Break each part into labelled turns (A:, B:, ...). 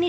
A: 你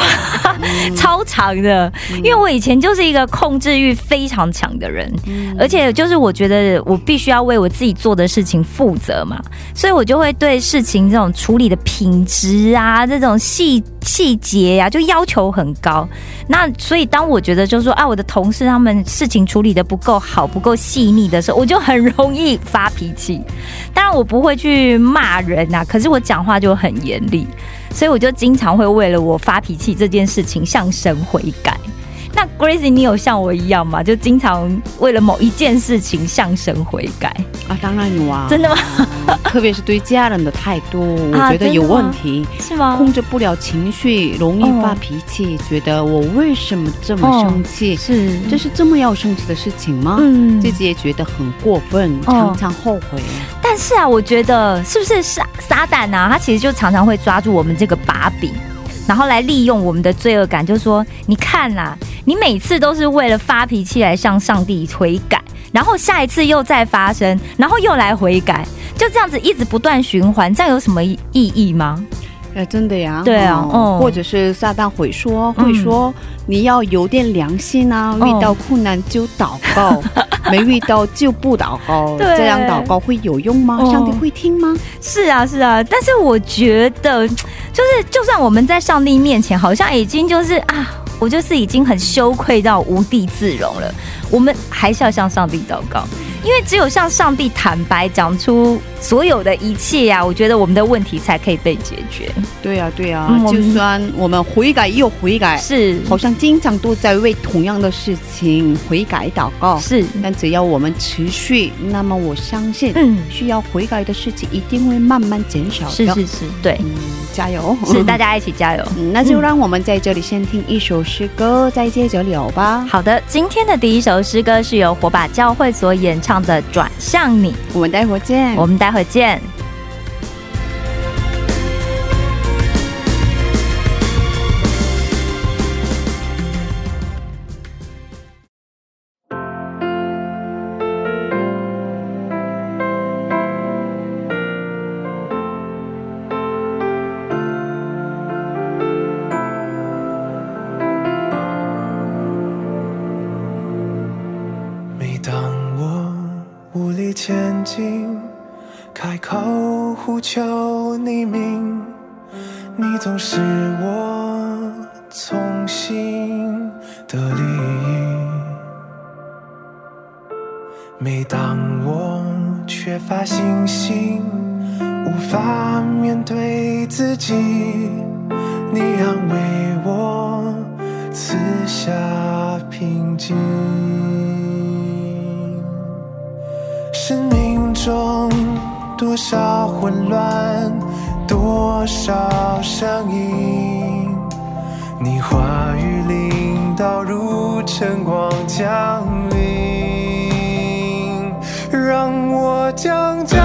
B: 超长的，因为我以前就是一个控制欲非常强的人，而且就是我觉得我必须要为我自己做的事情负责嘛，所以我就会对事情这种处理的品质啊，这种细细节呀、就要求很高。那所以当我觉得就是说啊，我的同事他们事情处理的不够好、不够细腻的时候，我就很容易发脾气。当然我不会去骂人呐、可是我讲话就很严厉。所以我就经常会为了我发脾气这件事情向神悔改。那 Gracie，你有像我一样吗？就经常为了某一件事情向神悔改，
C: 啊，当然有啊，
B: 真的吗？
C: 特别是对家人的态度，我
B: 啊
C: 觉得
B: 真的
C: 有
B: 吗
C: 问题。
B: 是吗？
C: 控制不了情绪，容易发
B: 哦
C: 脾气，觉得我为什么这么
B: 哦
C: 生气？
B: 是，
C: 这是这么要生气的事情吗？
B: 嗯
C: 自己也觉得很过分，
B: 哦
C: 常常后悔。
B: 但是啊，我觉得是不是撒撒旦啊？他其实就常常会抓住我们这个把柄，然后来利用我们的罪恶感，就说你看啦、你每次都是为了发脾气来向上帝悔改，然后下一次又再发生，然后又来悔改，就这样子一直不断循环，这样有什么意义吗？
C: 哎，真的呀，
B: 对啊
C: 哦
B: 哦
C: 或者是撒旦会说，
B: 嗯
C: 会说、你要有点良心啊，
B: 哦
C: 遇到困难就祷 告，没遇到就不祷告，
B: 对
C: 这样祷告会有用吗？
B: 哦
C: 上帝会听吗？
B: 是啊，是啊，但是我觉得，就是就算我们在上帝面前，好像已经就是啊，我就是已经很羞愧到无地自容了，我们还是要向上帝祷告，因为只有向上帝坦白讲出所有的一切啊，我觉得我们的问题才可以被解决。
C: 对呀、对呀、啊
B: 嗯我
C: 就
B: 们
C: 算我们悔改又悔改，
B: 是
C: 好像经常都在为同样的事情悔改祷告，
B: 是，
C: 但只要我们持续，那么我相信
B: 嗯，
C: 需要悔改的事情一定会慢慢减少的。
B: 是是是，对，
C: 嗯，加油！
B: 是大家一起加油。
C: 嗯， 那就让我们在这里先听一首诗歌，再接着聊吧。
B: 好的，今天的第一首诗歌是由火把教会所演唱的《转向你》，
C: 我们待会儿见。
B: 我们待会见。
D: 每当我无力前进，开口呼求你名，你总是我从心的利益。每当我缺乏信心，无法面对自己，你安慰我，赐下平静。生命中多少混乱，多少声音，你话语领导如晨光降临，让我将焦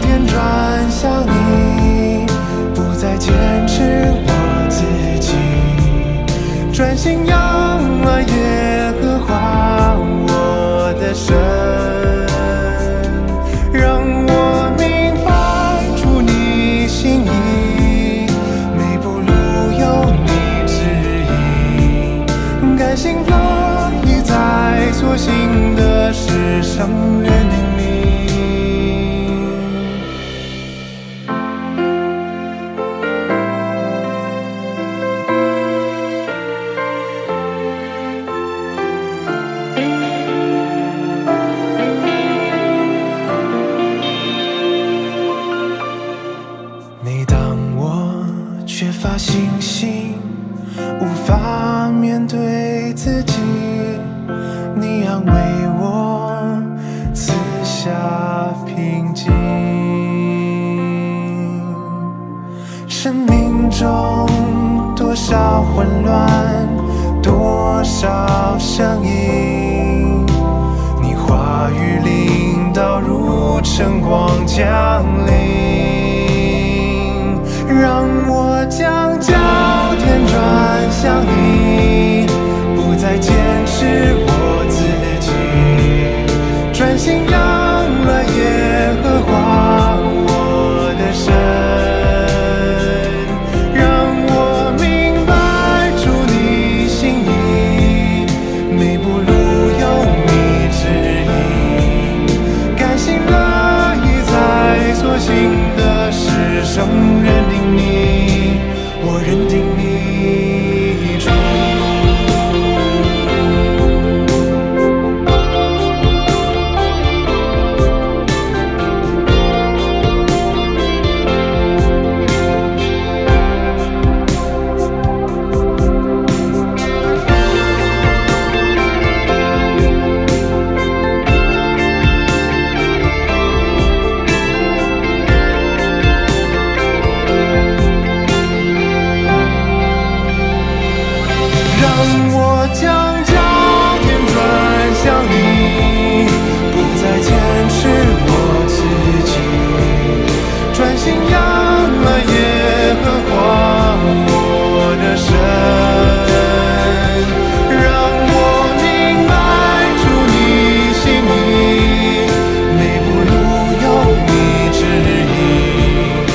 D: 点转向你，不再坚持我自己，专心仰望耶和华我的神。让我明白主你心意，每步路有你指引，甘心到星星，无法面对自己。你安慰我，此下平静。生命中多少混乱，多少声音，你话语领导如晨光降临，让我将焦点转向你，不再坚持我自己，专心让了耶和华我的神。让我明白主你心意，每步路有你指引，甘心乐意在所幸的事上认定你，我认定你主。让我将焦点转向你，不再坚持我自己，专心仰了耶和华我的神。让我明白出你心意，每步路有你指引。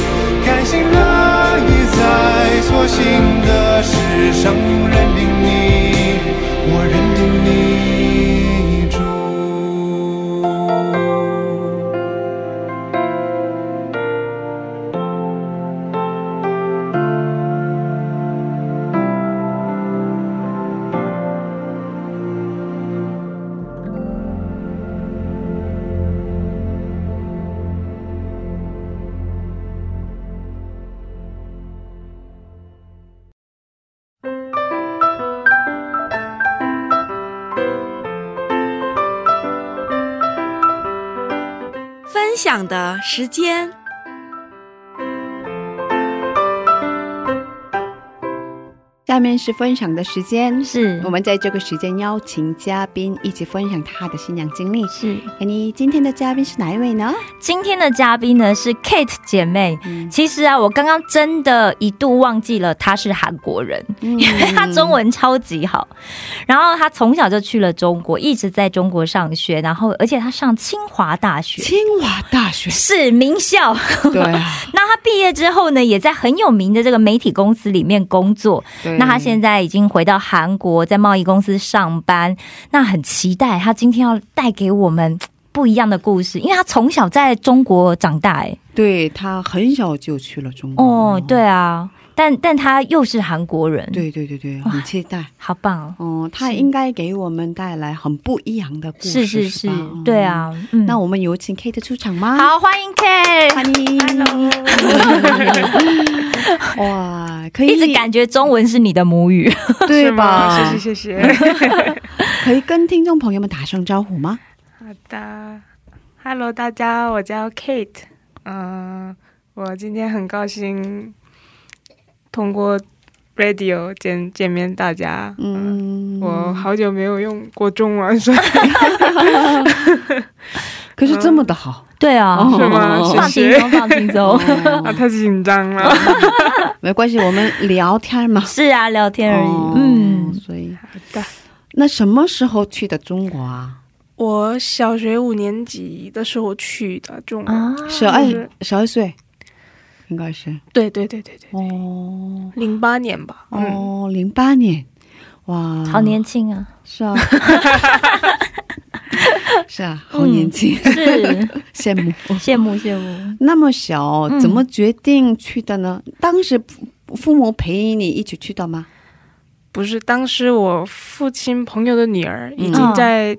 D: 甘心乐意在所幸的事上认定你，我认定你主。
E: 分享的时间。
C: 下面是分享的时间，
B: 是
C: 我们在这个时间邀请嘉宾一起分享他的新娘经历。
B: 是。
C: 哎你今天的嘉宾是哪一位呢？
B: 今天的嘉宾呢是 Kate 姐妹。
C: 嗯
B: 其实啊，我刚刚真的一度忘记了她是韩国人，
C: 嗯
B: 因为她中文超级好。然后她从小就去了中国，一直在中国上学，然后而且她上清华大学。
C: 清华大学
B: 是名校，
C: 对 啊，
B: 那她毕业之后呢，也在很有名的这个媒体公司里面工作。
C: 对
B: 那她现在已经回到韩国，在贸易公司上班。那很期待她今天要带给我们不一样的故事，因为她从小在中国长大、哎，
C: 对他很小就去了中国
B: 哦，，对啊，但但他又是韩国人，，
C: 对对对对，
B: 哇
C: 很期待。
B: 好棒哦，
C: 哦、他
B: 是
C: 应该给我们带来很不一样的故事，
B: 是是
C: 是
B: 是
C: 吧，
B: 对。啊，嗯，
C: 那我们有请 Kate 出场吗？，
B: 好欢迎 K，
C: 欢迎。 哇，可以
B: 一直感觉中文是你的母语，
C: 对
F: 是吗？
C: 吧？
F: 谢谢谢谢。
C: 可以跟听众朋友们打声招呼吗？
F: 好的，Hello，大家，我叫 Kate，嗯、我今天很高兴通过 Radio 见见面大家。
C: 嗯，
F: 嗯、我好久没有用过中文， 所以
C: 可是这么的好，
B: 对啊，
C: 哦
F: 是吗？
C: 哦
F: 谢
B: 放轻
F: 谢。
B: 松，放轻松，。
F: 啊，太紧张了。
C: 哎没关系，我们聊天嘛
B: 是啊，聊天而
C: 哦
B: 已，嗯，
C: 所以
F: 好的，
C: 那什么时候去的中国啊？
G: 我小学五年级的时候去的中国，
B: 啊，
C: 十二十二岁，应该是
G: 对对对对对，
C: 哦
G: 零八年吧。
F: 嗯
C: 哦，零八年，哇，
B: 嗯好年轻啊，
C: 是啊， 是啊，好年轻，
B: 嗯是
C: 羡慕。
B: 羡慕羡慕，
C: 那么小，
B: 嗯
C: 怎么决定去的呢？当时父父母陪你一起去的吗？
F: 不是，当时我父亲朋友的女儿已
B: 嗯
F: 经在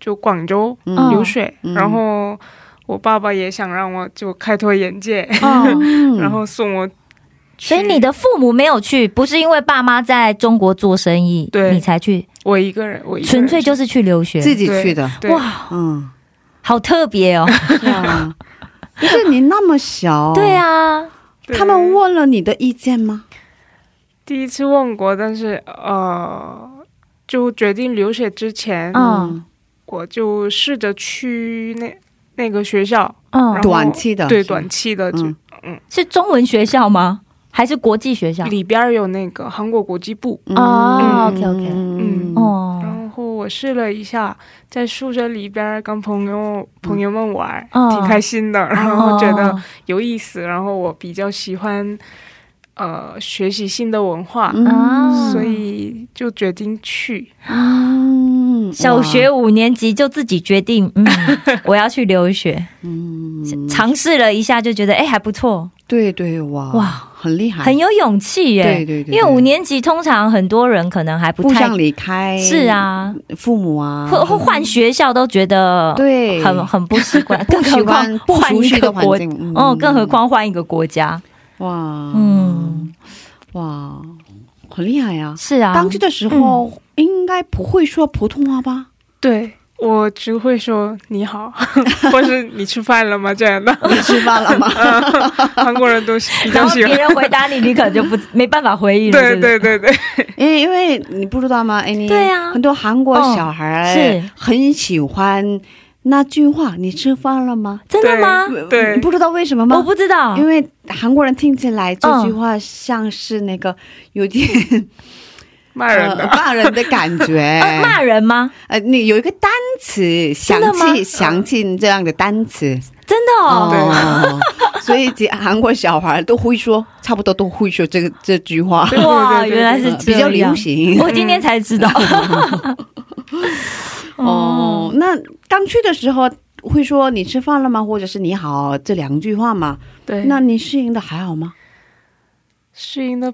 F: 就广州
B: 嗯
F: 留学，
C: 嗯
F: 然后 我爸爸也想让我就开拓眼界，
B: 哦，
C: 嗯
F: 然后送我
B: 所以你的父母没有去，不是因为爸妈在中国做生意，
F: 对
B: 你才去，
F: 我一个人，我一个人
B: 纯粹就是去留学。
C: 自己去的，
F: 对
B: 哇，
C: 嗯，
B: 好特别哦！
C: 是啊。可是你那么小，
B: 对，啊，
F: 对
C: 他们问了你的意见吗？
F: 第一次问过，但是呃，就决定留学之前，
B: 嗯
F: 我就试着去那那个学校，
B: 嗯
F: 然后，
C: 短期的，
F: 对
C: 是吗
F: 短期的，就
C: 嗯
B: 是中文学校吗？还是国际学校？
F: 里边儿有那个韩国国际部，
B: 哦，OK，OK
C: 嗯
B: 哦，
F: 然后我试了一下，在宿舍里边儿跟朋友朋友们玩儿，
B: 嗯
F: 挺开心的，然后觉得
B: 哦
F: 有意思，然后我比较喜欢呃学习新的文化，
B: 啊，
F: 所以就决定去。
C: 嗯
B: 小学五年级就自己决定， 嗯，我要去留学，嗯，尝试了一下就觉得，哎，还不错，
C: 对对哇
B: 哇
C: 很厉害，
B: 很有勇气耶。
C: 哎对对对对
B: 因为五年级通常很多人可能还不
C: 不
B: 太
C: 想离开
B: 是啊，
C: 父母啊，
B: 或或换学校都觉得
C: 对
B: 很很不习惯，更
C: 不喜
B: 何况
C: 欢不
B: 换
C: 熟
B: 一
C: 悉
B: 个
C: 的
B: 国
C: 环境，嗯
B: 哦，更何况换一个国家，
C: 哇
B: 嗯，
C: 哇很厉害嗯呀！
B: 是啊，
C: 当去的时候应该不会说普通话 吧？
F: 对我只会说你好， 或是你吃饭了吗这 样的，
C: 你吃饭了吗？
F: 韩国人都喜比
B: 然
F: 较
B: 后
F: 喜
B: 别
F: 欢。
B: 人回答你，你可能就不 没办法回应了，
F: 啊对
B: 是不是
F: 对对对，
C: 因 为因为你不知道吗？哎，你
B: 对啊
C: 很多韩国小孩
B: 嗯是
C: 很喜欢那句话：“你吃饭了吗
B: 真的吗？嗯
F: 对？”对
C: 你不知道为什么吗？
B: 我不知道
C: 因，为韩国人听起来这句话像是那个有点、
F: 骂人的
C: 呃、骂人的感觉，
B: 呃骂人吗？
C: 呃，你有一个单词，想
B: 的吗
C: 起想起这样的单词
B: 真的
F: 嗯
B: 哦，
C: 哦， 所以这韩国小孩都会说，差不多都会说这个这句话，
F: 对
B: 哇，
F: 对对对嗯
B: 原来是
C: 呃
B: 这
C: 比较流
B: 样。
C: 行。
B: 我今天才知道，
C: 哦，那刚去的时候会说你吃饭了吗，或者是你好这两句话嘛？
F: 对，
C: 那你适应的还好吗？
F: 适应的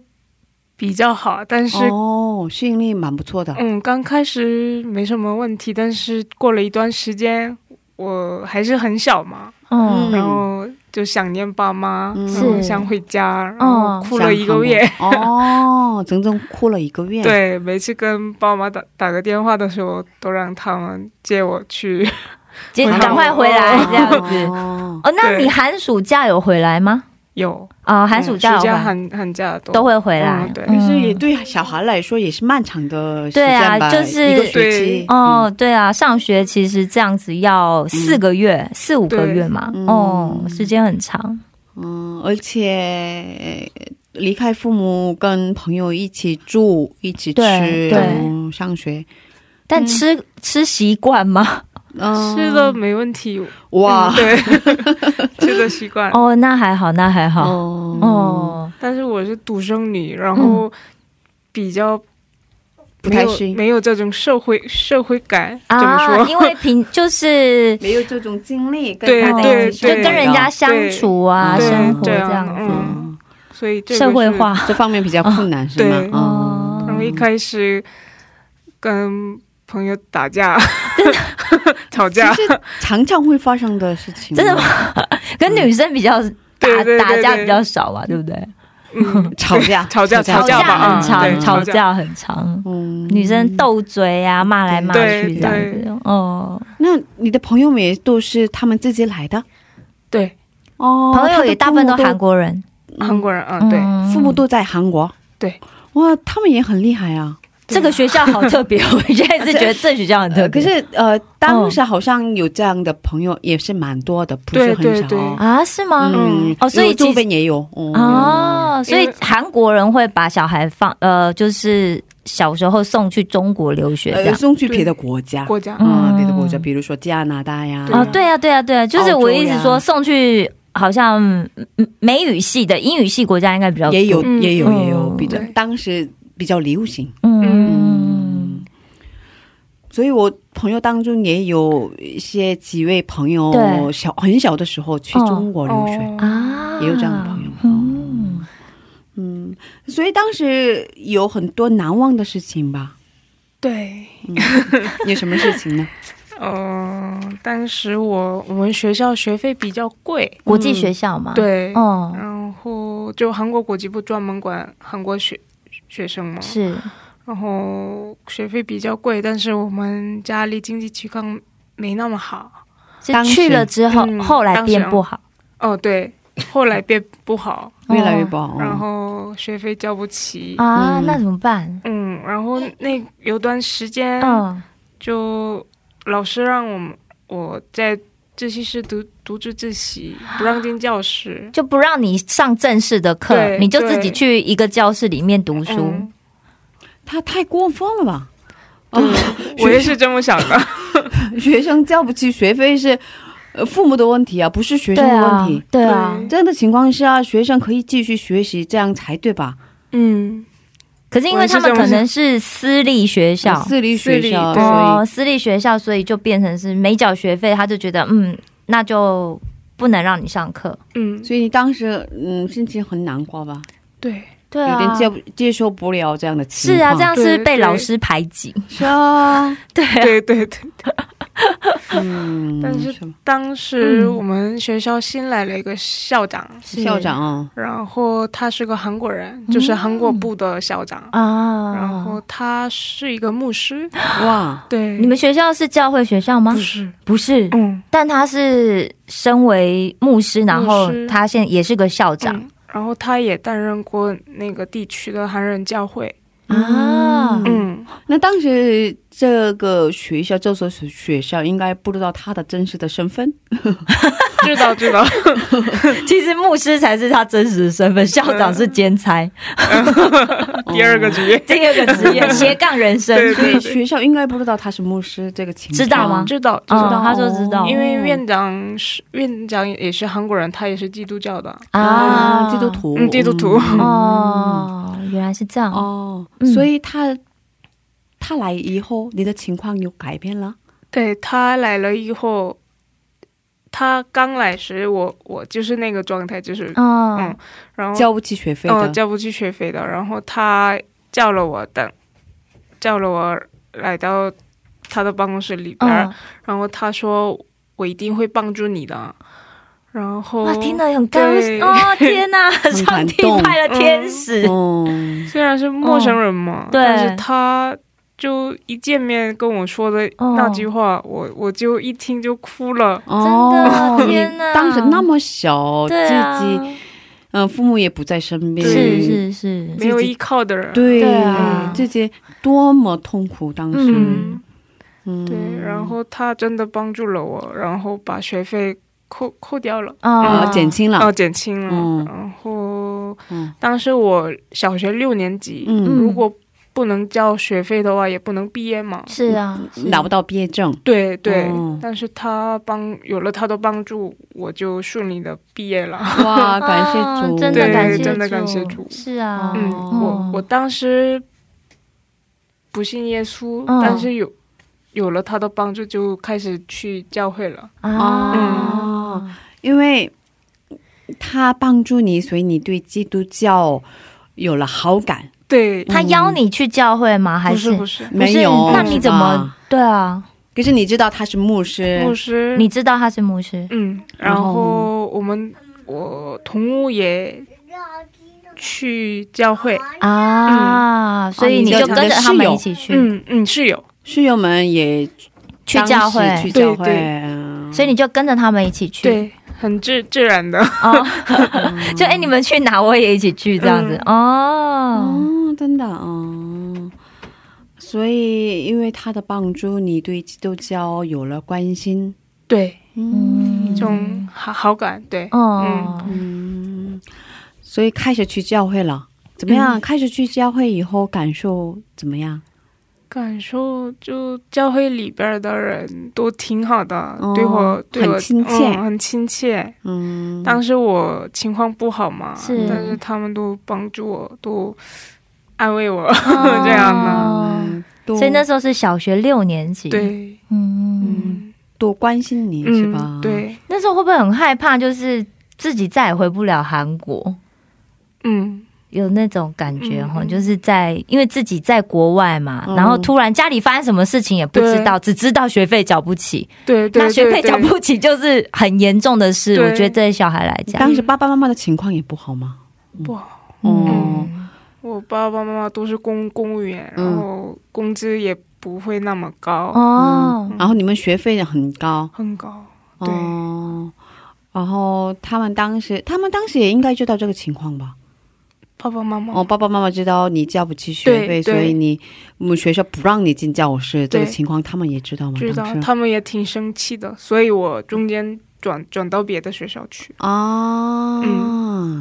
F: 比较好，但是
C: 哦，适应力蛮不错的。
F: 嗯，刚开始没什么问题，但是过了一段时间，我还是很小嘛，
B: 嗯，
F: 然后就想念爸妈，
C: 嗯
F: 然后
B: 是哦
F: 想回家，然后哭了一个月。
C: 想韩国哦，整整哭了一个月。，
F: 对，每次跟爸妈打打个电话的时候，都让他们接我去。
B: 姐
C: 哦
F: 回来
B: 赶快回来这样子。
C: 子。
B: 哦，那
F: 对
B: 你寒暑假有回来吗？
F: 有嗯
B: 啊，寒暑假有
F: 暑
B: 回
F: 假、
B: 来
F: 寒寒假都
B: 都会回来
F: 嗯，对
C: 但是也对小孩来说也是漫长的时
B: 对
C: 间
B: 啊
C: 吧，
B: 就是
C: 一个学期
F: 对。
B: 哦，对啊，上学其实这样子要四个月、四五个
F: 对
B: 月嘛，
C: 嗯
B: 哦，时间很长。
C: 嗯，嗯，而且呃离开父母跟朋友一起住，一起吃，
B: 对对
C: 嗯上学，
F: 嗯
B: 但吃、吃习惯吗？
C: 嗯，
F: 吃的没问题。
C: 哇
F: 嗯，对， 吃的习惯。
B: 哦，那还好，那还好。哦，
C: 哦
F: 但是我是独生女，然后比较
C: 不
F: 没
C: 太
F: 有
C: 适应，
F: 没有这种社会社会感，怎么
B: 啊
F: 说？，
B: 因为平就是哎
C: 没有这种经历，
F: 对
C: 大家
F: 对
C: 一起
B: 就
F: 对
C: 生活
B: 跟人家相处啊，
C: 对
B: 生活
F: 这
B: 这
F: 样
B: 样子，
F: 嗯 所以这个
B: 社会
F: 是
B: 化。
C: 这方面比较困难，是
F: 哦对
B: 哦
C: 吗？嗯
F: 然后一开始跟朋友打架， 吵架，
C: 嗯，常常会发生的事情，
B: 真的吗？跟女生比较打
F: 对对对
B: 打架
F: 对
B: 比较少吧，对不对？
F: 嗯，
C: 吵架，
F: 吵架
C: 吵
F: 吵
C: 架
F: 吧
B: 很
F: 嗯对
B: 长，吵
F: 吵
B: 架很长。
C: 嗯
B: 女生斗嘴啊，骂来骂去这样
F: 对
B: 子。哦，
C: 那你的朋友们也都是他们自己来的
F: 对，
C: 哦，
B: 朋友也大部分都
C: 他的
B: 韩国人，
F: 韩国人啊，
B: 嗯
F: 对，
C: 父母都，父母都在韩国，
F: 对，
C: 哇，他们也很厉害啊。
B: 这个学校好特 别，我现在是觉得这学校很特
C: 呃，可
B: 别。
C: 是呃，当时好像有这样的朋友也是蛮多的，不是
F: 对
C: 很少
F: 对
C: 哦。
B: 啊，是吗？
C: 嗯，
B: 哦所以
C: 有
B: 其实
C: 周边也有哦。
B: 哦，所以韩国人会把小孩放呃，就是小时候送去中国留学这
C: 呃，
B: 样。
C: 送去别的国家，
F: 国家，
C: 嗯，别的
B: 嗯
C: 国家，比如说加拿大呀，
B: 哦，对啊，对啊，对啊，就是我一直
C: 澳洲呀
B: 说送去好像嗯美语系的、英语系国家应该比较多
C: 也有也有
B: 嗯
C: 也有比较
F: 对，
C: 当时比较流行，
B: 嗯，
C: 所以我朋友当中也有一些几位朋友
B: 对
C: 小很小的时候去中国留学，
F: 哦
B: 啊，
C: 也有这样的朋友，
B: 嗯，
C: 嗯，所以当时有很多难忘的事情吧。
F: 对，
C: 有什么事情呢？
F: 嗯、当时我我们学校学费比较贵，
B: 国际学校嘛，，
F: 对，
B: 啊哦，
F: 然后后就韩国国籍部专门管韩国学学生嘛，
B: 是
F: 然后学费比较贵，但是我们家里经济情况没那么好。
B: 是
C: 当时
B: 去了之后，
F: 嗯
B: 后来变不好，
F: 哦，对，后来变不好，
C: 越来越不好。
F: 哦然后学费交不起。
B: 啊，
C: 嗯
B: 那怎么办？
F: 嗯，然后那有段时间
B: 嗯，
F: 就老师让我们我在自习室读独自自习，不让进教室。
B: 就不让你上正式的课，
F: 对
B: 你就自己去一个教室里面读书。
F: 嗯
C: 他太过分了吧？
F: 我也是这么想的。
C: 学生交不起学费是呃父母的问题啊，不是学
B: 对
C: 生的
B: 啊
C: 问题。，
B: 对啊。
F: 嗯
C: 这样的情况下，学生可以继续学习，这样才对吧？
F: 嗯，
B: 可是因为他们可能是私立学校，
C: 私立学校，
F: 私立对
C: 所
B: 哦，私立学校，所以就变成是没缴学费，他就觉得嗯，那就不能让你上课。
F: 嗯
C: 以，所以你当时嗯心情很难过吧？
F: 对，
B: 对
C: 有
B: 啊，
C: 点接不接受不了这样的情
B: 是
C: 况。
B: 啊，这样是不是
F: 对
B: 被
F: 对
B: 老师排挤。
C: 是啊，
F: 对对对。
C: 嗯，
F: 但是
C: 什么
F: 当时
B: 嗯
F: 我们学校新来了一个校长，
C: 校长啊，
F: 然后他是个韩国人，就是
B: 嗯
F: 韩国部的校长。
B: 啊，
F: 然后他是一个牧师，
C: 哇，
F: 对，
B: 你们学校是教会学校吗？
F: 不是，
B: 不是，
F: 嗯，
B: 但他是身为牧师，然后
F: 牧师
B: 他现在也是个校长、
F: 嗯然后他也担任过那个地区的韩人教会，
B: 啊。
F: 嗯，
C: 那当时这个学校，这所学校应该不知道他的真实的身份，
F: 知道知道，
B: 其实牧师才是他真实的身份，校长是兼差，哦
F: 第二个职业，
B: 第二个职业斜杠人生，
F: 对
C: 所以学校应该不知道他是牧师这个情况，
B: 知道吗
F: 知道知
B: 嗯
F: 道，
B: 他就知
C: 哦
B: 道哦
F: 因为院长是院长也是韩国人，他也是基督教的，
C: 啊，基督徒，
F: 嗯基督徒
C: 嗯
B: 哦，原来是这样
C: 哦
B: 嗯，
C: 所以他、他来以后，你的情况有改变了，
F: 对他来了以后，他刚来时我我就是那个状态，就是、
B: 哦
F: 嗯，然后
C: 交不起学费
F: 哦
C: 的，
F: 交不起学费的，然后他叫了我等，叫了我来到他的办公室里边儿，
B: 嗯，
F: 然后他说我一定会帮助你的，然后
B: 哇，听得很感
F: 哦对
B: 哦，天 哪，上
C: 感
B: 帝
C: 动
B: 派了天使，
F: 哦
C: 嗯，
F: 虽然是陌生人嘛，
C: 哦
B: 对
F: 但是他。就一见面跟我说的那句话，我我就一听就哭了。
C: 哦
B: 真的天哪
C: 你当时那么小，
B: 对啊
C: 自己嗯、父母也不在身边，
B: 是是是，
F: 没有依靠的人，
C: 对
B: 对啊
C: 自己多么痛苦当时，
B: 嗯
F: 嗯，
C: 嗯，
F: 对，然后他真的帮助了我，然后把学费扣扣掉了，
C: 啊、
B: 啊，
C: 减轻了，
F: 哦，减轻了。
C: 嗯
F: 然后
C: 嗯
F: 当时我小学六年级，
C: 嗯
F: 如果不能交学费的话，也不能毕业嘛。
B: 是啊，是
C: 拿不到毕业证，
F: 对对，
C: 哦
F: 但是他帮有了他的帮助，我就顺利的毕业了。
C: 哇，感
B: 啊
C: 谢主，
B: 真的
F: 对
B: 感谢，
F: 真的感谢主
B: 是啊，
F: 嗯，
B: 哦
F: 我我当时不信耶稣，
B: 嗯
F: 但是有有了他的帮助，就开始去教会了。
B: 啊，
F: 嗯
C: 因为他帮助你，所以你对基督教有了好感，
F: 对，
B: 他邀你去教会吗？还
F: 不
B: 是
F: 是不是，
B: 不是
C: 没有？
B: 那你怎么？对啊？
C: 可是你知道他是牧师，
F: 牧师，
B: 你知道他是牧师
F: 嗯，
C: 然
F: 然
C: 后
F: 后我们我同屋也去教会，
B: 啊，所
C: 哦
B: 以你
C: 你就
B: 就跟着他们一起去
F: 嗯嗯室友，
C: 室友们也
B: 去
F: 嗯
B: 教会
C: 当，时去教会嗯
F: 对，
B: 所以你就跟着他们一起去。
F: 对，很自自然 的，
B: 哦，就哎，你们去哪我也一起去这样子哦。
C: 哦，真的哦。所以，因为他的帮助，你对基督教有了关心。
F: 对，
C: 嗯
F: 这种好好感，对，
B: 哦，
C: 嗯，所以开始去教会了，怎么样？开始去教会以后，感受怎么样？
F: 感受就教会里边的人都挺好的，
C: 哦
F: 对我对我
C: 很亲切
F: 嗯很亲切。
C: 嗯，
F: 当时我情况不好嘛，
B: 是
F: 但是他们都帮助我，都安慰我，
B: 哦
F: 这样的，
C: 嗯多
B: 所以那时候是小学六年级。，
F: 对，
B: 哦嗯，
C: 嗯，多关心你、是吧
F: 嗯，？，对，
B: 那时候会不会很害怕？就是自己再也回不了韩国，
F: 嗯。
B: 有那种感觉
F: 嗯
B: 哈、就是在因为自己在国外嘛、
C: 嗯
B: 然后突然家里发生什么事情也不知道，只知道学费缴不起。
F: 对对，
B: 那学费
F: 对
B: 缴不起就是很严重的事，
F: 对
B: 我觉得对小孩来
C: 当
B: 讲，
C: 时爸爸妈妈的情况也不好吗？
F: 哇，
B: 嗯
C: 哦，
F: 我爸爸妈妈都是公公务员，
C: 嗯
F: 然后工资也不会那么高，
B: 哦，
C: 然后你们学费很高
F: 很高。对
C: 哦，然后他们当时，他们当时也应该知道这个情况吧？
F: 爸爸妈妈
C: 哦，爸爸妈妈知道你交不起学费，
F: 对对
C: 所以你我们学校不让你进教室，这
F: 对
C: 个情况他们也知道吗？
F: 知道
C: 当，时
F: 他们也挺生气的，所以我中间转转到别的学校去。
C: 啊，
F: 嗯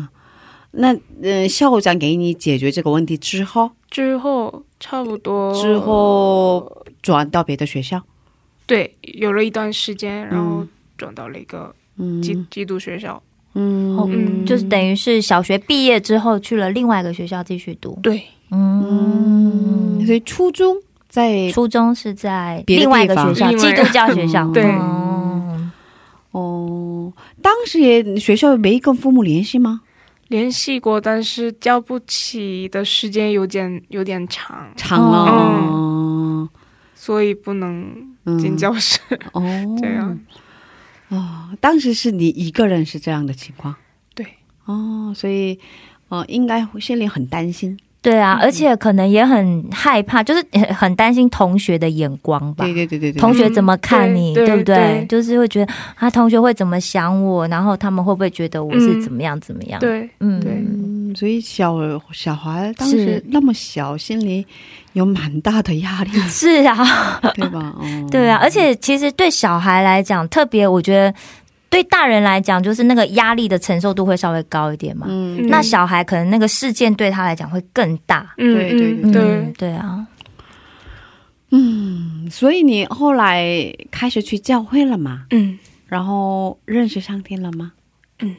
C: 那呃，校长给你解决这个问题之后，
F: 之后差不多
C: 之后转到别的学校，
F: 对，有了一段时间，然后转到了一个
C: 嗯
F: 基、基督学校。
C: 嗯
B: 哦
F: 嗯
B: 就是等于是小学毕业之后去了另外一个学校继续读。
F: 对，
B: 嗯，
C: 所以初中在
B: 初中是在
C: 别的
B: 另外一个嗯
C: 地方
B: 学校，
F: 另
B: 基
F: 外
B: 督教学校。
F: 对
B: 哦
C: 哦，当时也学校没跟父母联系吗？
F: 嗯联系过，但是交不起的时间有点有点长，
C: 长了，哦
F: 嗯所以不能
C: 嗯
F: 进教室。
C: 哦，
F: 这样
C: 哦，当时是你一个人是这样的情况，
F: 对，
C: 哦，所以呃，应该会心里很担心，
B: 对啊，而且可能也很害怕，就是很很担心同学的眼光吧。
C: 对对对对对，
B: 同学怎么看你，
F: 嗯对
B: 不对
F: 对
B: 就是会觉得啊，同学会怎么想我，然后他们会不会觉得我是怎么样怎么样？，
F: 对，
B: 嗯，
F: 对
C: 嗯，所以小小孩当
B: 是
C: 时那么小，心里有蛮大的压 力，
B: 是啊，
F: 嗯
C: 对吧？哦，
B: 对啊，而且其实对小孩来讲，特别我觉得对大人来讲，就是那个压力的承受度会稍微高一点嘛。
C: 嗯，
F: 嗯
B: 那小孩可能那个事件对他来讲会更大。
F: 嗯
C: 对
F: 嗯
C: 对
B: 嗯
F: 对，
B: 对啊，
C: 所以你后来开始去教会了嘛？
F: 嗯，
C: 然后认识上天了吗？嗯，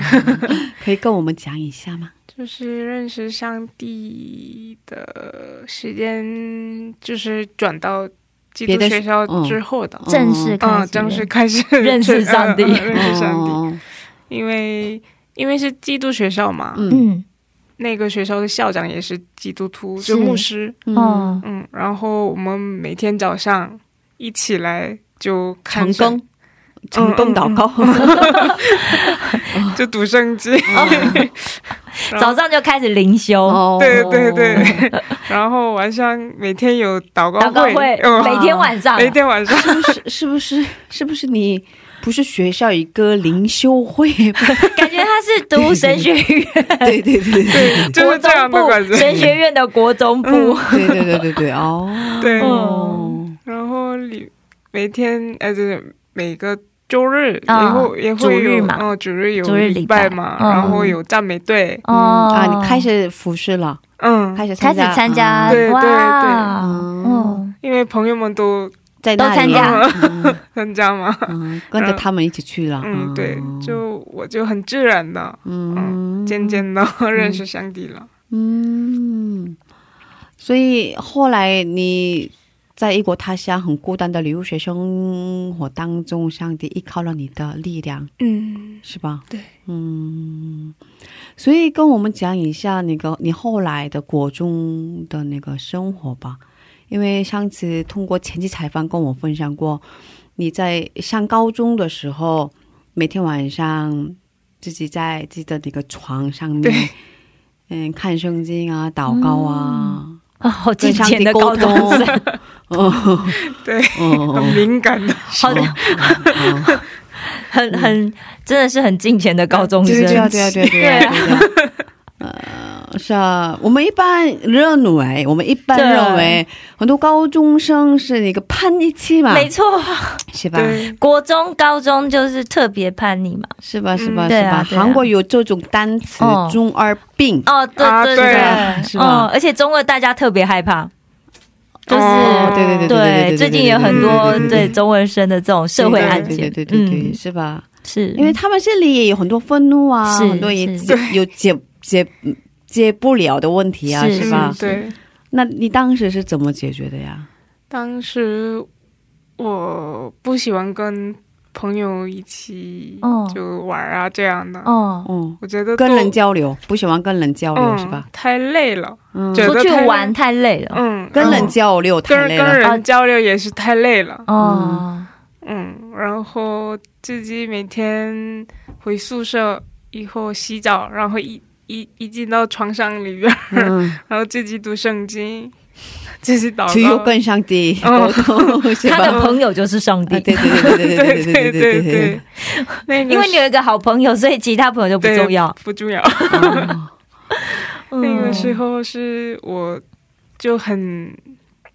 C: 可以跟我们讲一下吗？
F: 就是认识上帝的时间，就是转到基
C: 别
F: 督
C: 的
F: 学校
C: 嗯
F: 之后的。
B: 正式开始
F: 嗯，正式开始
B: 认识上帝
F: 嗯嗯认识上帝，
C: 哦
F: 因为因为是基督学校嘛，
C: 嗯
B: 嗯
F: 那个学校的校长也是基督徒，
B: 是
F: 就牧师，
B: 哦
C: 嗯，
F: 嗯，然后我们每天早上一起来就看
C: 成
F: 圣
C: 功，
F: 嗯
C: 成功祷告，哦
F: 就读圣经，然后
B: 早上就开始灵修。
C: 哦
F: 对对对， 然后晚上每天有祷告
B: 祷告会
F: 嗯
B: 每天晚上，啊
F: 每天晚上，
C: 是不是？是不是？是不是你不是学校一个灵修会？
B: 感 觉他是读神学院，
C: 对对对对
F: 就是这样的
B: 国
F: 感
B: 中部
F: 觉。
B: 神学院的国中部，
C: 对对对对对哦
F: 对，
C: 哦，
F: 然后里每天呃，就是每个周日也
B: 啊
F: 会也
B: 主
F: 会
B: 日
F: 有，
B: 嘛
F: 嗯，主日有
B: 主日礼拜
F: 拜嘛，
B: 嗯
F: 然后有赞美队，
B: 哦
C: 啊，你开始服侍了，
F: 嗯，
C: 开始
B: 开始参加，
C: 嗯
F: 对对
B: 哇，
C: 嗯
B: 嗯，
F: 因为朋友们都
C: 在那
B: 都参
C: 里
B: 加
C: 嗯
F: 参加 嘛，
C: 嗯，跟着他们一起去了，
F: 嗯，对，就我就很自然的，嗯，渐渐的 认识上帝了。
C: 嗯，所以后来你在异国他乡很孤单的留学生活当中，上帝依靠了你的力量，
F: 嗯，
C: 是吧？
F: 对，
C: 嗯，所以跟我们讲一下那个你后来的国中的那个生活吧，因为上次通过前期采访跟我分享过，你在上高中的时候，每天晚上自己在自己的那个床上面
F: 对。
C: 嗯，看圣经啊，祷告啊，
B: 啊好
C: 跟
B: 之
C: 上
B: 前
C: 帝
B: 的
C: 沟通
B: 高中生，，
C: 哦，
F: 对，很
C: 哦，
F: 敏感 的，
B: 好的，很很真的是很近前的高中
C: 对啊，
B: 生，
C: 对啊，对啊，对啊，对啊，呃，是啊，我们一般认为，我们一般
B: 对
C: 认为，很多高中生是一个叛逆期嘛，
B: 没错，
C: 是吧？
F: 对，
B: 国中、高中就是特别叛逆嘛。
C: 是吧？是吧？
B: 对
C: 是
B: 啊
C: 吧？
B: 对啊
C: 韩国有这种单词
B: 哦
C: “中二病
B: 哦，对
F: 啊
B: 对
F: 对
C: 啊是吧
B: 哦，而且中二大家特别害怕，”，就是
C: 哦，对对对对，
B: 最近有很多对中文生的这种社会案
C: 对
B: 件，
C: 对对对对，
B: 嗯，
C: 是吧？
B: 是
C: 因为他们这里也有很多愤怒啊，
B: 是
C: 很多也
B: 是
C: 解有解解解不了的问题啊，
B: 是
C: 是吧
F: 嗯，？对。
C: 那你当时是怎么解决的呀？
F: 当时我不喜欢跟朋友一起
B: 哦
F: 就玩啊这样的，
B: 哦，
C: 嗯，
F: 我觉得
C: 跟
F: 都
C: 人交流，不喜欢跟人交流、
F: 嗯
C: 是吧？
F: 太累了，
C: 嗯，
F: 觉
B: 出
F: 得
B: 去
F: 太
B: 玩太累了，
F: 嗯，
C: 跟
F: 然
C: 人
F: 后
C: 交流太
F: 跟
C: 累
F: 跟
C: 了。
B: 啊
F: 人交流也是太累了，
B: 哦，
F: 嗯，然后自己每天回宿舍以后洗澡，然后一一一进到床上里边 儿，
C: 嗯，
F: 然后自己读圣经， 自己祷
C: 只有
F: 告。
C: 跟上帝沟
F: 嗯
C: 通，是
B: 他
C: 吧？
B: 的朋友就是上帝
C: 啊，。对对对对对对对对
F: 对对，那 个
B: 因为你有一个好朋友，所以其他朋友就不
F: 对
B: 重要。嗯
F: 不重要。那
B: 那
F: 个时候是我就很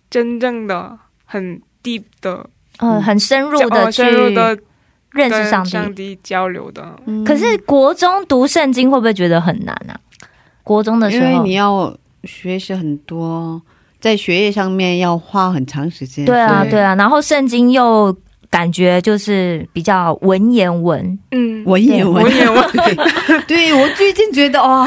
F: 真正的、很 deep 的、
B: 嗯，很深入
F: 哦
B: 的去
F: 深入的
B: 认识上帝
F: 跟上。帝交流的。
C: 嗯
B: 可是国中读圣经会不会觉得很难啊？国中的时
C: 因为
B: 候
C: 你，要学习很多，在学业上面要花很长时间。
B: 对啊
C: 所以
B: 对啊，然后圣经又感觉就是比较文言文，
F: 嗯，
C: 文言文
F: 文，言文，
C: 对我最近觉得 哇，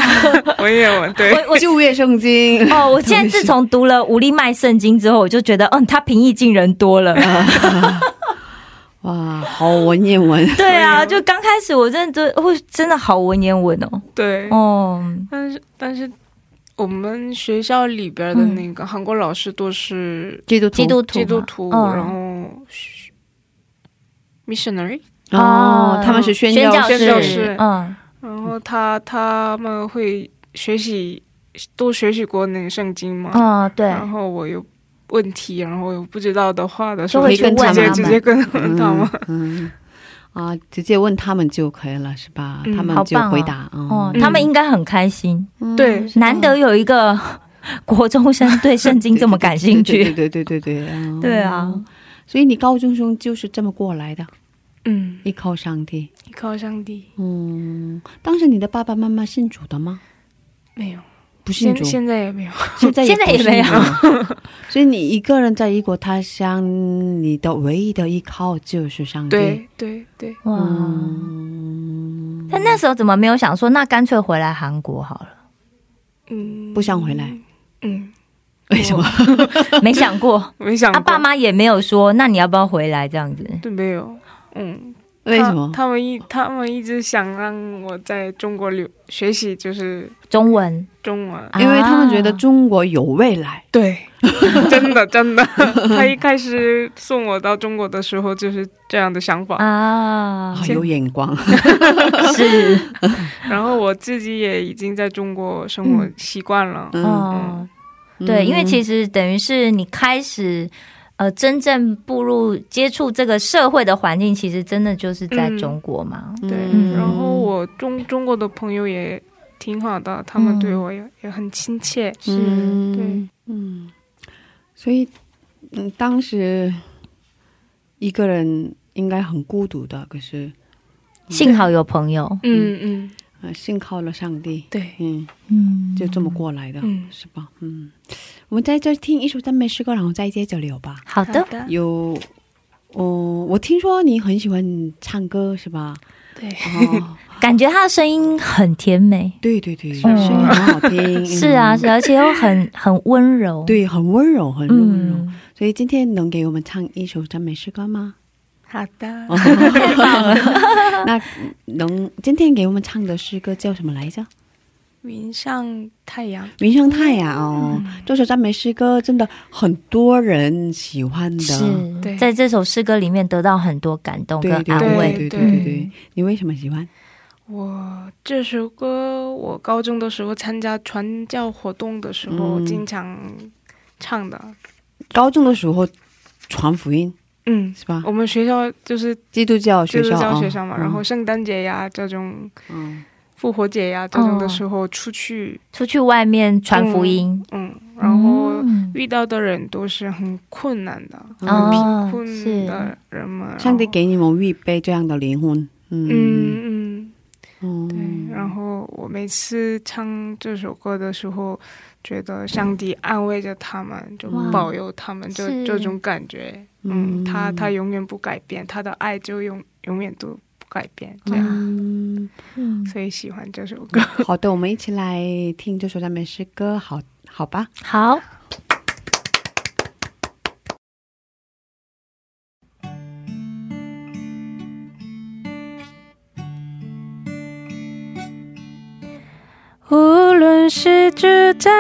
F: 文言文，对，
B: 我我
C: 就业圣经
B: 哦， 我现在自从读了无力麦圣经之后，我就觉得，嗯，他平易近人多了。
C: 哇，好文言文，
B: 对啊，就刚开始我真的会真的好文言文哦。
F: 对。
B: 哦，
F: 但是，但是我们学校里边
B: 嗯
F: 的那个韩国老师都是
C: 基督徒
B: 基督徒嘛，
F: 基督徒，
B: 嗯
F: 然后是 missionary，
C: 哦
B: 啊，
C: 他们是宣
B: 宣
C: 教
B: 教
F: 士宣
B: 士
F: 教士，
B: 嗯，
F: 然后他他们会学习，都学习过那个圣经嘛，
B: 嗯，对，
F: 然后我有问题，然后有不知道的话的时
B: 就
F: 候，
B: 会
F: 直
B: 去
C: 跟
B: 问
F: 接
B: 他
F: 直
B: 们
F: 接。跟他
C: 嗯
F: 们他们
C: 嗯啊，直接问他们就可以了，是吧？
F: 嗯
C: 他们
B: 好
C: 就
B: 棒哦
C: 回答
B: 哦
C: 啊，，
B: 他们应该很开心，
C: 嗯
F: 对
C: 是吧
B: 难得有一个 国中生对圣经这么感兴趣。
C: 对对对对对对对，哦
B: 对啊，
C: 所以你高中生就是这么过来的，
F: 嗯，
C: 依靠上帝。
F: 依靠上帝
C: 嗯，当时你的爸爸妈妈信主的吗？
F: 没有，
C: 不信
F: 现
C: 主，
F: 现在也没有，
C: 现在
B: 现在也
C: 不信
B: 没有
C: 主。所以你一个人在异国他乡，你的唯一的依靠就是上帝。
F: 对对对，
B: 哇！
C: 嗯，
B: 但那时候怎么没有想说，那干脆回来韩国好了？
F: 嗯，
C: 不想回来，
F: 嗯，
C: 为什么？
B: 没想 过，
F: 没想
B: 他啊
F: 过，
B: 爸妈也没有说，那你要不要回来这样子？
F: 对没有，嗯，
C: 为什么？
F: 他他们一他们一直想让我在中国留学习，就是
B: 中文，
F: 中文，
B: 啊
C: 因为他们觉得中国有未来。
F: 对， 真的真的， 他一开始送我到中国的时候就是这样的想法，
B: 啊
C: 啊，有眼光，
B: 是
F: 然后我自己也已经在中国生活习惯了，
B: 哦，
C: 嗯
B: 对，因为其实等于是你开始呃真正步入接触这个社会的环境，其实真的就是在中国嘛。
C: 嗯
F: 对，
B: 嗯
F: 然后我中中国的朋友也挺好的，他们对我也、也很亲切。
C: 嗯，
F: 对，
C: 嗯，所以，嗯，当时一个人应该很孤独的，可是，
B: 幸好有朋友，
F: 嗯嗯，
C: 呃，信靠了上帝，
F: 对，
C: 嗯，
B: 嗯，
C: 就这么过来的，
F: 嗯
C: 是吧？嗯，我们在这儿听一首赞美诗歌，然后再接着聊吧。
B: 好的，
F: 的，
C: 有，哦、我听说你很喜欢唱歌，是 吧？
F: 对，
C: 哦，
B: 感觉他的声音很甜美，
C: 对对对，声音很好听，
B: 是啊，
C: 嗯
B: 是啊，而且又很很温柔，，
C: 对，很温柔，很温柔。
B: 嗯，
C: 所以今天能给我们唱一首赞美诗歌吗？
F: 好的，
B: 太棒了，
C: 那能今天给我们唱的诗歌叫什么来着？《
F: 云上太阳，
C: 云上太阳》哦，这首赞美诗歌真的很多人喜欢的。
B: 是
F: 对
B: 在这首诗歌里面得到很多感动
C: 对
B: 跟
C: 对对
B: 安慰，
C: 对对
F: 对
C: 对对，你为什么喜欢？
F: 我这首歌我高中的时候参加传教活动的时候、
C: 嗯
F: 经常唱的，
C: 高中的时候传福音
F: 嗯。
C: 是吧
F: 我？们学校就是
C: 基督教
F: 基
C: 学
F: 督
C: 校
F: 教
C: 啊，
F: 学校嘛，
C: 嗯
F: 然后圣诞节呀这种、
C: 嗯
F: 复活节呀这种
B: 哦
F: 的时候出去，
B: 出去外面传福音，
F: 嗯，然后
B: 嗯
F: 遇到的人都是很困难的、
C: 嗯
B: 哦，
F: 困
B: 是
F: 的人们。
C: 上帝
F: 然后，
C: 给你们预备这样的灵魂，嗯
F: 嗯嗯，对。然后我每次唱这首歌的时候，觉得上帝安慰着他们，就
B: 哇
F: 保佑他们，就是这种感觉。嗯，他他永远不改变，他的爱就永永远都不改变，这样。
C: 嗯，
B: 嗯，
F: 所以喜欢这首歌。
C: 好的，我们一起来听这首赞美诗歌，好好吧？
B: 好。
G: 无论是住在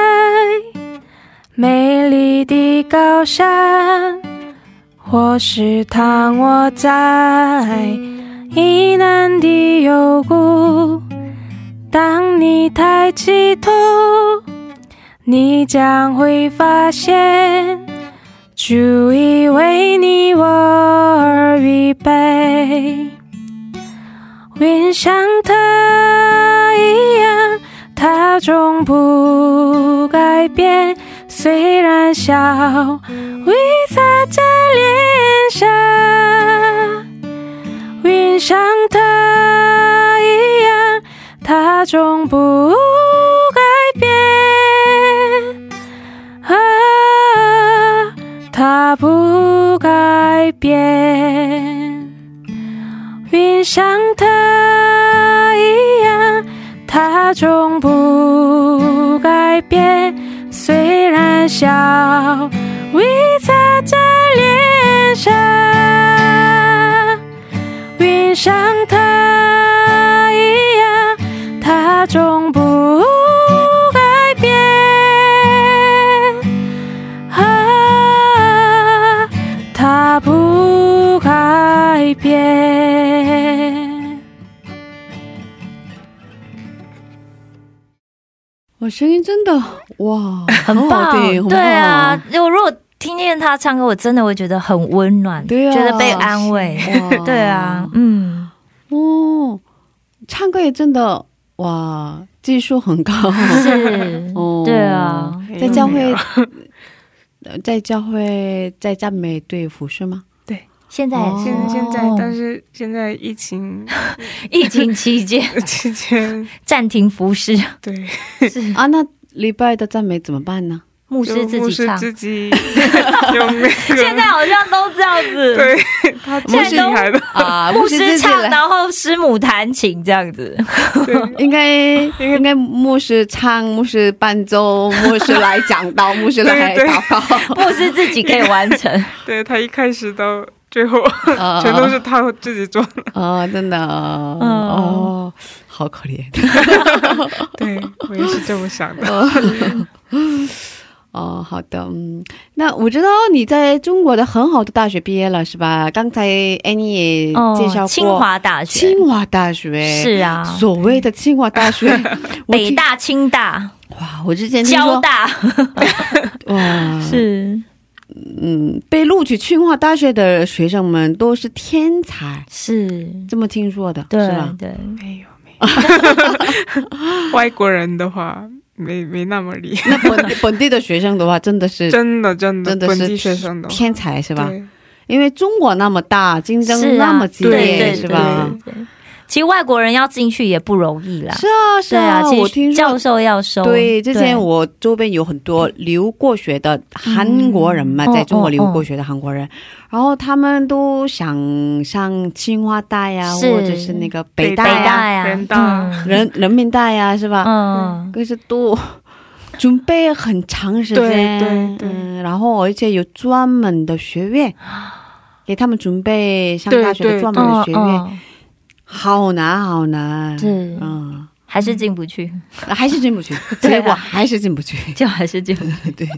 G: 美丽的高山，或是躺卧在疑难的幽谷，当你抬起头，你将会发现，主已为你我而预备。云像他一样，他终不改变。虽然笑，会洒在脸上。云像他一样，他终不改变。啊，他不改变。云像他一样，他啊终不改变。虽然笑，微擦在脸上。云像他一样，他终不改变。啊，他不改变。
C: 我声音真的 哇，
B: 很
C: 很好
B: 棒，
C: 听，
B: 对啊
C: 很，
B: 就如果听见他唱歌，我真的会觉得很温暖，
C: 对啊
B: 觉得被安慰，
C: 好哇
B: 对啊，嗯。
C: 哦，唱歌也真的哇，技术很高，
B: 是，
C: 哦，
B: 对啊，
C: 在教会，呃在教会在赞美队服是吗？
B: 现在也是
F: 现现在
C: 哦，
F: 但是现在疫情
B: 疫情 期间
F: 期间，
B: 暂停服饰，
F: 对，
B: 是
C: 啊，那礼拜的赞美怎么办 呢？
B: 牧师
F: 就
B: 自
F: 牧
B: 己
F: 师
B: 唱。
F: 自己 有没有？
B: 现在好像都这样子，
F: 对他
B: 现在
F: 最厉
B: 都
F: 害的，
C: 啊，
B: 牧
C: 牧师自
B: 师
C: 己
B: 唱，
C: 来
B: 然后师母弹琴这样子。
C: 应该应该牧师唱，牧师伴奏，牧师来讲道，牧师来
F: 对对
C: 祷告，
B: 不是自己可以完 成，
F: 对他一开始到最后
C: 呃
F: 全都是他自己做 的。
C: 啊，真的
B: 嗯
C: 哦，好可怜
F: 对我也是这么想的。
C: 哦。好的，嗯，那我知道你在中国的很好的大学毕业了，是吧？刚才 Annie 也介绍过、
B: 哦清华大学
C: 清华大学，
B: 是啊，
C: 所谓的清华大 学，我
B: 北
C: 听
B: 大、清大、
C: 哇，我之前听
B: 交
C: 说
B: 大
C: 哇，
B: 是
C: 嗯，被录取清华大学的学生们都是天才，
B: 是，
C: 这么听说的，
B: 对
C: 是吧？
B: 对，
F: 没有没有，外国人的话没没那么厉害，
C: 那本本地的学生的话，真的是
F: 真的真的
C: 真的
F: 本
C: 是
F: 地学生的话
C: 天才是吧？
F: 对
C: 因为中国那么大，竞
B: 是
C: 争
B: 啊
C: 那么激
B: 对
C: 烈，
B: 对
C: 是吧？
B: 对对其实外国人要进去也不容易啦，
C: 是啊，是
B: 对啊，
C: 我听
B: 其实教
C: 说。
B: 授要收。
C: 对，之前我周边有很多留过学的韩国人嘛，
B: 嗯
C: 在中
B: 哦哦
C: 国留过学的韩国人，然后他们都想上清华大呀，
B: 是
C: 啊或者是那个北
B: 北
C: 大呀、
B: 大呀，
F: 人大
B: 嗯
C: 人人民大呀，是吧？
B: 嗯，
C: 可是都准备很长时间，
F: 对对对
C: 嗯，然后而且有专门的学 院，给他们准备上大学
F: 对
C: 的
F: 对
C: 专门的
B: 嗯
C: 学院，
B: 嗯
C: 好难好难，
B: 是
C: 嗯，
B: 还是进不去，
C: 还是进不去，
B: 对啊
C: 结果还是进不去，
B: 就还是进不去，
C: 对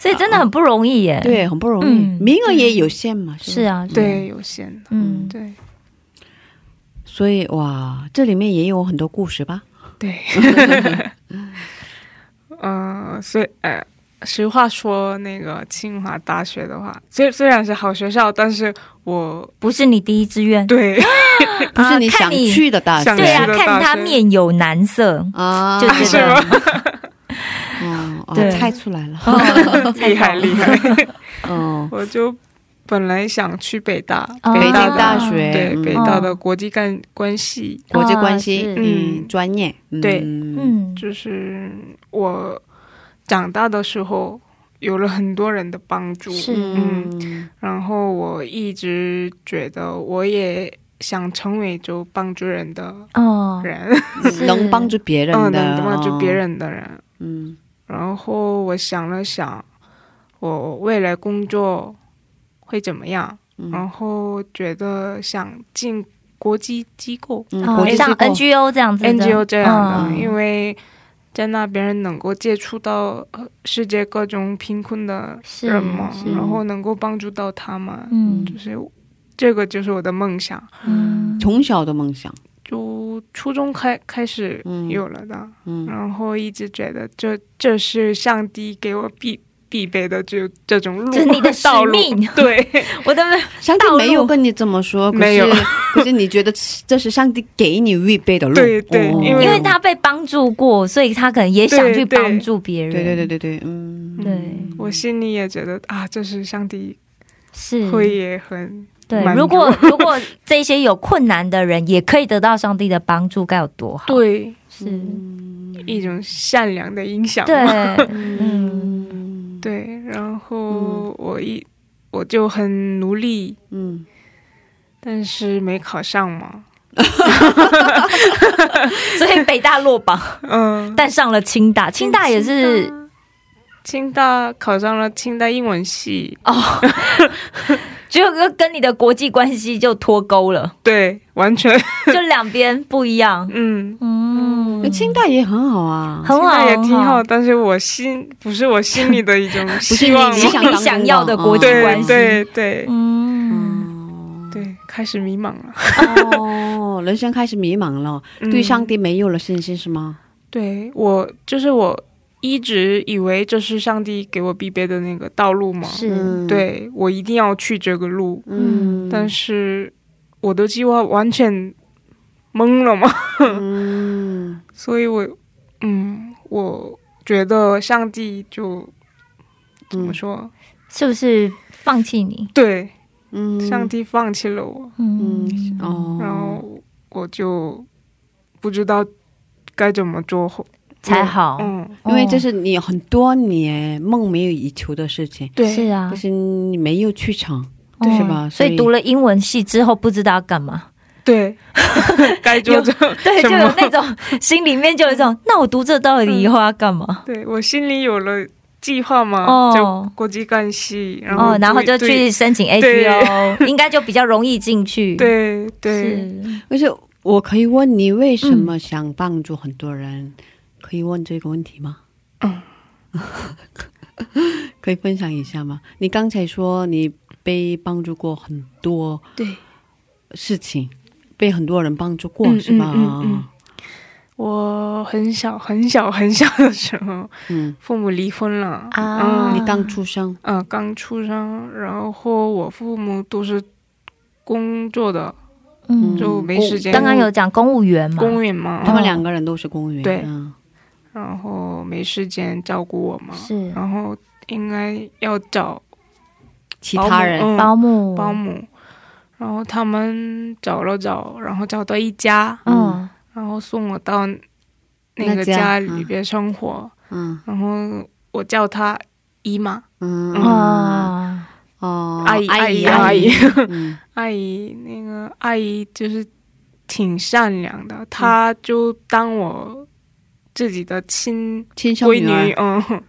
B: 所以真的很不容易耶。，
C: 对，很不容易，
B: 嗯
C: 名额也有限嘛，
B: 是
C: 吧，
B: 啊，是啊，
F: 对有限的，
B: 嗯，
F: 对
C: 所以哇，这里面也有很多故事吧，
F: 对，嗯，所以呃。实话说，那个清华大学的话，虽虽然是好学校，但是 我
B: 不是你第一志愿，
F: 对
C: 不是你想
B: 看你
C: 去的大学
F: 啊想
B: 对啊，
F: 去的
B: 看
F: 嗯大
B: 他
F: 学
B: 面有难色，
C: 啊，
B: 就觉
F: 是
B: 得
F: 吗？
C: 嗯，哦
B: 对
C: 猜出来了，
F: 厉害厉害！
C: 嗯，
F: 我就本来想去北大，
B: 哦
C: 北京
F: 大
C: 大
F: 的
C: 学，
F: 对
C: 嗯
F: 北大的国际干关系
C: 国际关
B: 啊
C: 系
B: 是，
C: 嗯，
F: 嗯
C: 专业，嗯
F: 对
B: 嗯，
F: 就是我长大的时候有了很多人的帮助，
B: 是
C: 嗯
F: 然后我一直觉得我也想成为就帮助人的
B: 哦，
F: 人，
B: 是
C: 能帮助别人
F: 嗯，
C: 的，
F: 能帮助别
C: 哦，
F: 人的人。
C: 嗯
F: 然后我想了想，我未来工作会怎么样，
C: 嗯
F: 然后觉得想进国际机构。
C: 嗯，
B: 哦
C: 国际机
B: 像
C: 构
B: NGO 这样子的
F: NGO 这样的，
B: 嗯
F: 因为在那边能够接触到呃世界各种贫困的
B: 是
F: 人嘛，
B: 是
F: 然后能够帮助到他们，
B: 嗯
F: 就是这个就是我的梦想。
B: 嗯
C: 从小的梦想，
F: 初初中开开始
C: 嗯
F: 有了的，
C: 嗯
F: 然后一直觉得这这是上帝给我必必备的这这种路，
B: 这是你的使
F: 道路
B: 命
F: 对，
B: 我的
C: 上帝
B: 道路
C: 没有跟你这么说，可
F: 没有
C: 是 可是你觉得这是上帝给你预备的路，
F: 对对
C: 哦
F: 因
B: 因为他被帮助过，所以他可能也想去
F: 对对
B: 帮助别人。
C: 对对对对对，嗯，
B: 对
F: 嗯我心里也觉得啊，这是上帝
B: 是
F: 会也很
B: 对，
F: 满足
B: 如果 如果这些有困难的人也可以得到上帝的帮助，该有多好！，
F: 对
B: 是，
F: 一种善良的影响
B: 对
F: 吧。，
B: 嗯，
F: 对，然后我一我就很努力，
C: 嗯，
F: 但是没考上嘛。
B: 所以北大落 榜，
F: 嗯，
B: 但上了清大，清大也是
F: 清大考上了清大英文系，
B: 就跟跟你的国际关系就脱钩了，
F: 对，完全，
B: 就两边不一样。
F: 嗯，
B: 嗯，
C: 哎清代也很好啊，
B: 很
F: 清
B: 好，
F: 大也挺好，
B: 很。
F: 但是我心不是我心里的一 种
C: 不是
F: 希
C: 你
F: 望
C: 你
F: 嘛，
C: 想当嗯
B: 啊你想要的国际关
F: 对
B: 系
F: 对对
B: 嗯，
F: 对，开始迷茫了。
C: 哦，人生开始迷茫了，对
F: 嗯
C: 上帝没有了信心是吗？
F: 对我就是我一直以为这是上帝给我必备的那个道路嘛，
B: 是，
F: 对我一定要去这个路，
C: 嗯，
F: 但是我的计划完全懵了嘛，
C: 嗯
F: 所以我嗯，我觉得上帝就怎么说，
B: 嗯是不是放弃你？
F: 对，
C: 嗯
F: 上帝放弃了我，
B: 嗯，
C: 嗯哦，
F: 然后我就不知道该怎么做后
B: 才好，哦
F: 嗯，
C: 因为这是你很多年梦寐以求的事情，
B: 对，是啊
C: 可，是你没有去成，
B: 对
C: 是吧？
B: 所以读
C: 了
B: 了英文系之后不知道要干嘛，
F: 对， 该做
B: 有
F: 这
B: 对，
F: 什
B: 就有
F: 么？
B: 那 种心里面就有一种，那我读这到底以后要干嘛？
F: 对我心里有了计划嘛，
B: 哦
F: 就国际干系，然后
B: 哦，然后
F: 对
B: 就去申请
F: 对
B: AGO，应该就比较容易进去。，
F: 对对
B: 是
C: 而且我可以问你，为什
F: 嗯
C: 么想帮助很多人？可以问这个问题吗？
F: 嗯
C: 可以分享一下吗？你刚才说你被帮助过很多
F: 对
C: 事情，被很多人帮助过，
F: 嗯
C: 是吧？
F: 嗯嗯我很小 很小很小的时候，
C: 嗯
F: 父母离婚了
B: 啊
C: 你
F: 嗯
C: 刚出生，
F: 嗯，刚出生，然后我父母都是工作的，
B: 嗯，
F: 就没时间。
B: 刚刚有讲公务员嘛，
F: 公务员嘛，
C: 他们两个人都是公务员，
F: 对
C: 嗯
F: 然后没时间照顾我嘛，
B: 是
F: 然后应该要找
C: 其
F: 保姆
C: 他人，
F: 嗯
B: 保姆，
F: 保，姆，然后他们找了找，然后找到一家，
B: 嗯，
F: 然后送我到那
C: 那
F: 个
C: 家
F: 家里边生活，
C: 嗯
F: 然后我叫她姨妈、
C: 嗯
B: 啊，
C: 哦，
F: 阿姨、阿姨、
C: 阿
F: 阿姨、
C: 嗯
F: 阿姨，那个阿姨就是挺善良的，
C: 嗯
F: 她就当我自己的亲
C: 亲生
F: 闺
C: 女
F: 女，
C: 儿，
F: 嗯，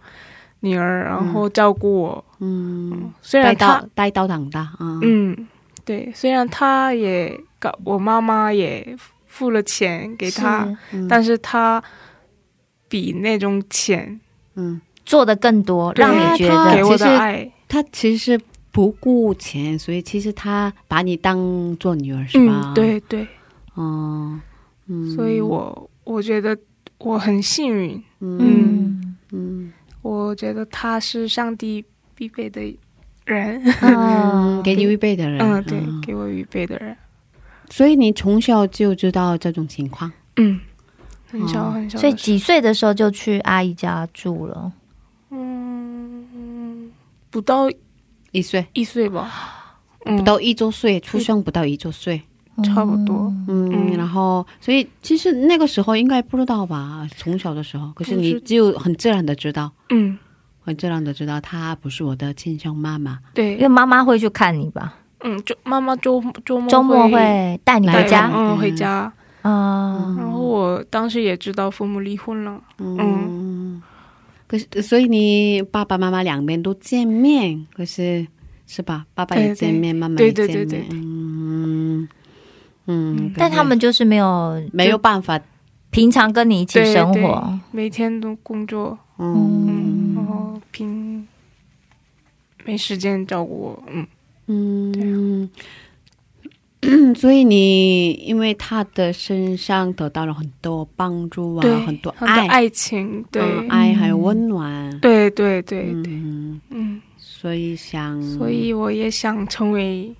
F: 女儿，然后照顾我。
C: 嗯，
F: 虽
C: 带
F: 然她
C: 到带到长大啊，
F: 啊嗯，对，虽然他也搞，我妈妈也付了钱给他，
B: 是
C: 嗯
F: 但是他比那种钱
C: 嗯，
B: 做的更多，
F: 对
B: 让你觉
C: 他
F: 给
B: 得
F: 我
C: 啊其
F: 的
C: 实
F: 爱，
C: 他其实不顾钱，所以其实他把你当做女儿是吧？
F: 嗯，，对对，
C: 哦，嗯，
F: 所以我我觉得我很幸运，
C: 嗯
F: 嗯，
B: 嗯，
C: 嗯
F: 我觉得他是上帝必备的人，
C: 嗯，
B: 啊
C: 给你预备的人，
F: 嗯，对，给我预备的人，
C: 所以你从小就知道这种情况，
F: 嗯，很小
C: 哦
F: 很 小
B: 所以
F: 的时候，
B: 几岁的时候就去阿姨家住了，
F: 嗯，不到
C: 一岁
F: 一岁吧，嗯，
C: 不到一周岁，出生不到一周岁，
F: 差不多，
C: 嗯，
F: 嗯
C: 然后，所以其实那个时候应该不知道吧，从小的时候，可是你
F: 不知
C: 就很自然的知道，
F: 嗯，
C: 很自然的知道她不是我的亲生妈妈。
F: 对
B: 因，为妈妈会去看你吧，
F: 嗯，周妈妈周周末
B: 周末会带你
F: 带
B: 回
F: 我
B: 家
F: 嗯，回家。
B: 啊，
F: 然后我当时也知道父母离婚了，
C: 嗯，可是所以你爸爸妈妈两边都见面，可是是吧？爸爸也
F: 对对
C: 见面，妈妈
F: 对
C: 也
F: 对
C: 见面，
F: 对对对
C: 嗯嗯，可
B: 但
C: 是
B: 他们就是没有
C: 没有办法，
B: 平常跟你一起
F: 对
B: 生
F: 对
B: 活，
F: 每天都工作，
C: 嗯
F: 嗯，然后拼没时间照顾我，嗯，
C: 嗯，啊嗯，所以你因为他的身上得到了很多帮助啊
F: 对，，
C: 很多
F: 很
C: 爱，
F: 多爱情，对，
C: 嗯爱还有温暖，
F: 对对对对，
C: 嗯，
F: 嗯，
C: 所以想
F: 所以我也想成为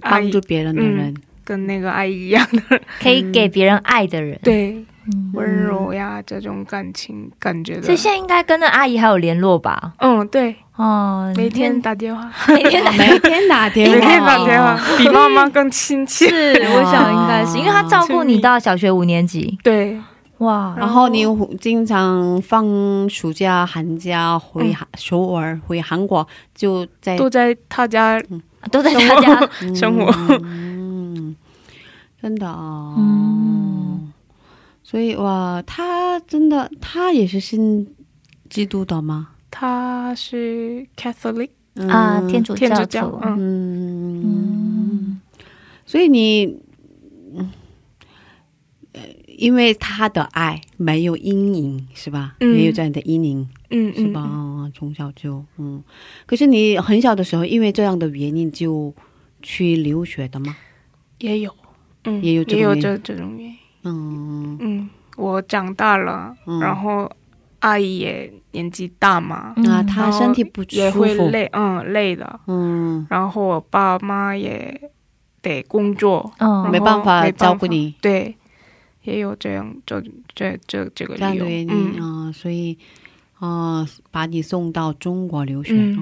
F: 爱
C: 帮助别人的
F: 嗯
C: 人，
F: 跟那个爱一样的，
B: 可以给别人爱的人。
F: 对，
B: 嗯
F: 温柔呀这种感情感觉
B: 所
F: 的
B: 以。现在应该跟那阿姨还有联络吧？
F: 嗯，对，
B: 哦，
F: 每天打电话，
B: 每天打
C: 每天打电
F: 每
C: 话，
F: 天打电话，
C: 哎
F: 比妈妈更亲切。
B: 是， 我想应该是因为她照顾你到小学五年级。
F: 对，
B: 哇，
C: 然后你
B: 哦
C: 经常放暑假、寒假
B: 嗯
C: 回韩首尔、回韩国，就在
F: 都在他家
B: 都在她 家。
F: 生活。
C: 嗯，真的哦，
B: 嗯
C: 所以哇，他真的，他也是信基督的吗？
F: 他是 Catholic
C: 嗯
B: 啊，天主
F: 天主
B: 教
F: 教
B: 徒，
C: 啊
F: 嗯，
C: 嗯，所以你，嗯呃，因为他的爱没有阴影是吧？
F: 嗯
C: 没有这样的阴影。
F: 嗯
C: 是
F: 嗯
C: 吧？
F: 嗯，
C: 嗯从小就嗯，可是你很小的时候，因为这样的原因就去留学的吗？
F: 也有，嗯，
C: 也有这
F: 也有
C: 种原因
F: 这这种原因。
C: 嗯
F: 嗯，我长大了，
C: 嗯
F: 然后阿姨也年纪大嘛，
C: 啊，
B: 嗯
C: 他身体不
F: 也
C: 舒
F: 会
C: 服，
F: 累，嗯，累的。
C: 嗯，
F: 然后我爸妈也得工作，
B: 嗯
F: 然
C: 没
F: 后
C: 办法
F: 没
C: 照顾你，
F: 对，也有这样这这这这个
C: 这样
F: 理由
C: 的原，因
F: 嗯
C: 啊、呃所以啊、呃把你送到中国留学，
F: 嗯
C: 哦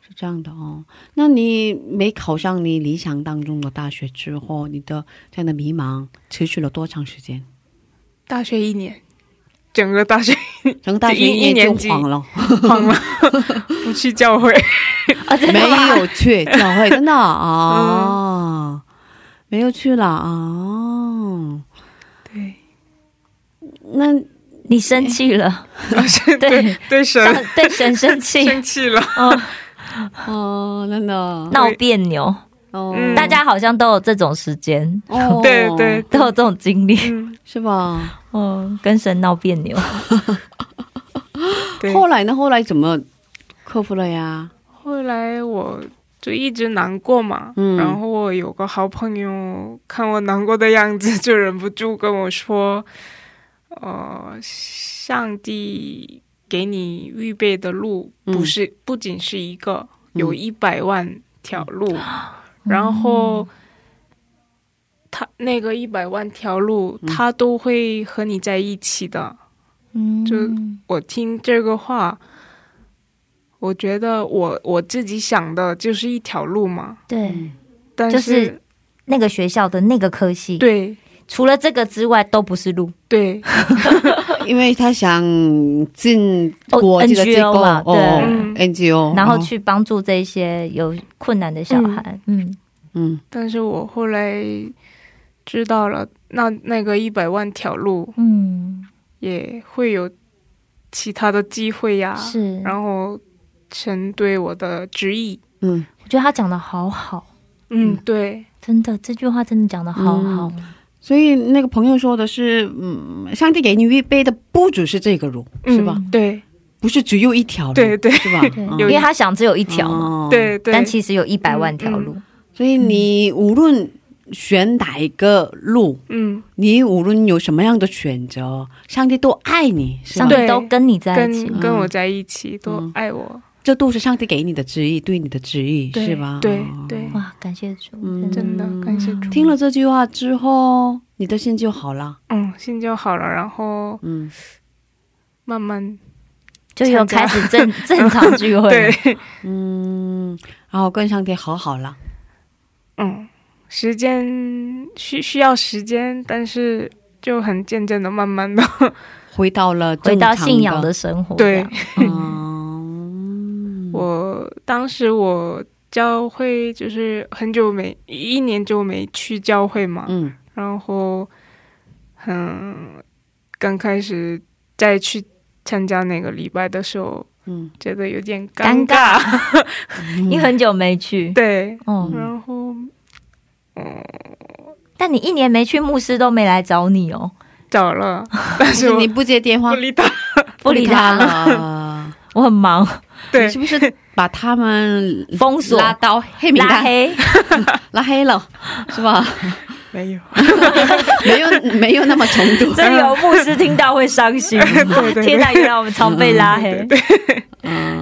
C: 是这样的哦。那你没考上你理想当中的大学之后，你的这样的迷茫持续了多长时间？
F: 大学一年，整个大学
C: 整个大学
F: 一一
C: 年
F: 年
C: 就
F: 级
C: 黄了，
F: 胖了，
C: 嗯
F: 不去教 会，
B: 哦
C: 没有去教会，真的啊，没有去了啊。
F: 对，
C: 那
B: 你生气了，对，
F: 对神
B: 让对神生气，
F: 生气了，
B: 嗯，
C: 哦，真的，
B: 闹别扭，
C: 哦
F: 嗯
B: 大家好像都有这种时间，
C: 哦，
F: 对对，
B: 都有这种经历，
F: 嗯，
C: 是吧？
B: 嗯，跟神闹别扭。
F: 对。
C: 后来呢？后来怎么克服了呀？
F: 后来我就一直难过嘛，
C: 嗯
F: 然后我有个好朋友看我难过的样子，就忍不住跟我说：“呃，上帝给你预备的路
C: 嗯
F: 不是、不仅是一个，
C: 嗯
F: 有一百万条路，然
C: 嗯
F: 后。”他那个一百万条路，
C: 嗯
F: 他都会和你在一起的。
B: 嗯，
F: 就我听这个话，我觉得我我自己想的就是一条路嘛，
B: 对
F: 但、
B: 就是是嗯那个学校的那个科系，
F: 对
B: 除了这个之外都不是路。
F: 对，
C: 因为他想进国际的机构
B: NGO 嘛对
C: 哦，NGO，
B: 然后
C: 哦
B: 去帮助这些有困难的小孩。嗯，
C: 嗯
F: 但是我后来知道了，那那个一百万条路
B: 嗯，
F: 也会有其他的机会呀，
B: 是。
F: 然后神对我的旨意，
C: 嗯，
B: 我觉得他讲的好好，
F: 嗯，对，
B: 真的这句话真的讲的好好。
C: 所以那个朋友说的是，嗯，上帝给你预备的不只是这个路，是吧？
F: 嗯？对
C: 不是只有一条路，
F: 对对
C: 是吧？
B: 对，
C: 嗯
B: 因为他想只有一条嘛，
C: 哦
F: 对对，
B: 但其实有一百万条路。
C: 所以你无论选哪一个路，
F: 嗯，
C: 你无论有什么样的选择，上帝都爱你，是
B: 上
C: 吧？
B: 帝
F: 对
B: 都跟你在一起，嗯
F: 跟跟我在一起都
C: 嗯
F: 爱我，
C: 这都是上帝给你的旨意，对你的旨意，
F: 对
C: 是吧？
F: 对对，
B: 哇，感谢主，
C: 嗯
B: 真的
F: 真的感谢主，
C: 听了这句话之后，你的心就好了。
F: 嗯，心就好了，然后
C: 嗯，
F: 慢慢
B: 就有
F: 参
B: 开
F: 加
B: 始 正正常聚会
F: 对
B: 了。，
C: 然后跟上帝和好了。
F: 嗯，时间需需要时间，但是就很渐渐的、慢慢的，
C: 回到了
B: 回
C: 正常
B: 到信仰的生活，
F: 对
B: 这样，
C: 嗯，
F: 我当时我教会就是很久没一年就没去教会嘛，
C: 嗯
F: 然后嗯，刚开始再去参加那个礼拜的时候，
C: 嗯，
F: 觉得有点
B: 尴
F: 尴
B: 尬， 你很久没去，
F: 对，嗯
B: 哦，
F: 然后
B: 但你一年没去，牧师都没来找你哦，
F: 找了，但
C: 就是
F: 我
C: 你不接电话
F: 不，理他，
B: 不理他了，
C: 了。
B: 我很忙，
F: 对
C: 你是，不是把他们
B: 封锁
C: 拉到黑名
B: 拉
C: 单，
B: 黑，
C: 拉黑了，是吧？
F: 没有，
C: 没有没有那么程度，
B: 真有牧师听到会伤心。
F: 嗯 对对
B: 天哪，原来我们常被拉黑。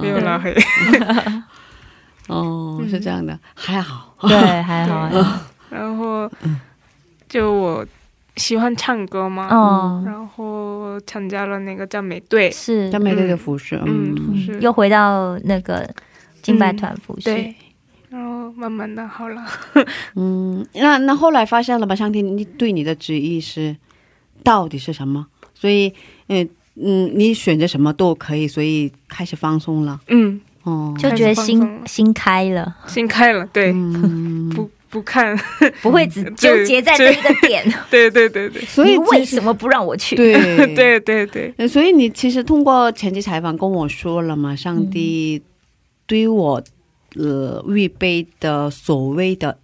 F: 没有拉黑。
C: 嗯哦，
B: 嗯
C: 是这样的，还好，
B: 对，还好。
F: 然后就我喜欢唱歌嘛，
B: 嗯，
F: 然后参加了那个赞美队，
B: 是
C: 赞，美队的服饰，
F: 嗯，
C: 嗯，
F: 就是嗯
B: 又回到那个敬拜团服饰。
F: 对，然后慢慢的好了。
C: 嗯，那那后来发现了吧？上天你对你的旨意是到底是什么？所以，嗯嗯，你选择什么都可以，所以开始放松了。
F: 嗯，
C: 哦，
B: 就觉得
F: 开始放松
B: 心
F: 了
B: 心开了，
F: 心开了，对， 不不看，
B: 不会只纠结在这一个点。
F: 对对对对
C: 所
B: 你
C: 以
B: 为
C: 其实
B: 什么不让我去？
C: 对
F: 对对对，
C: 呃所以你其实通过前期采访跟我说了嘛，上帝
B: 嗯
C: 对我呃预备的所谓的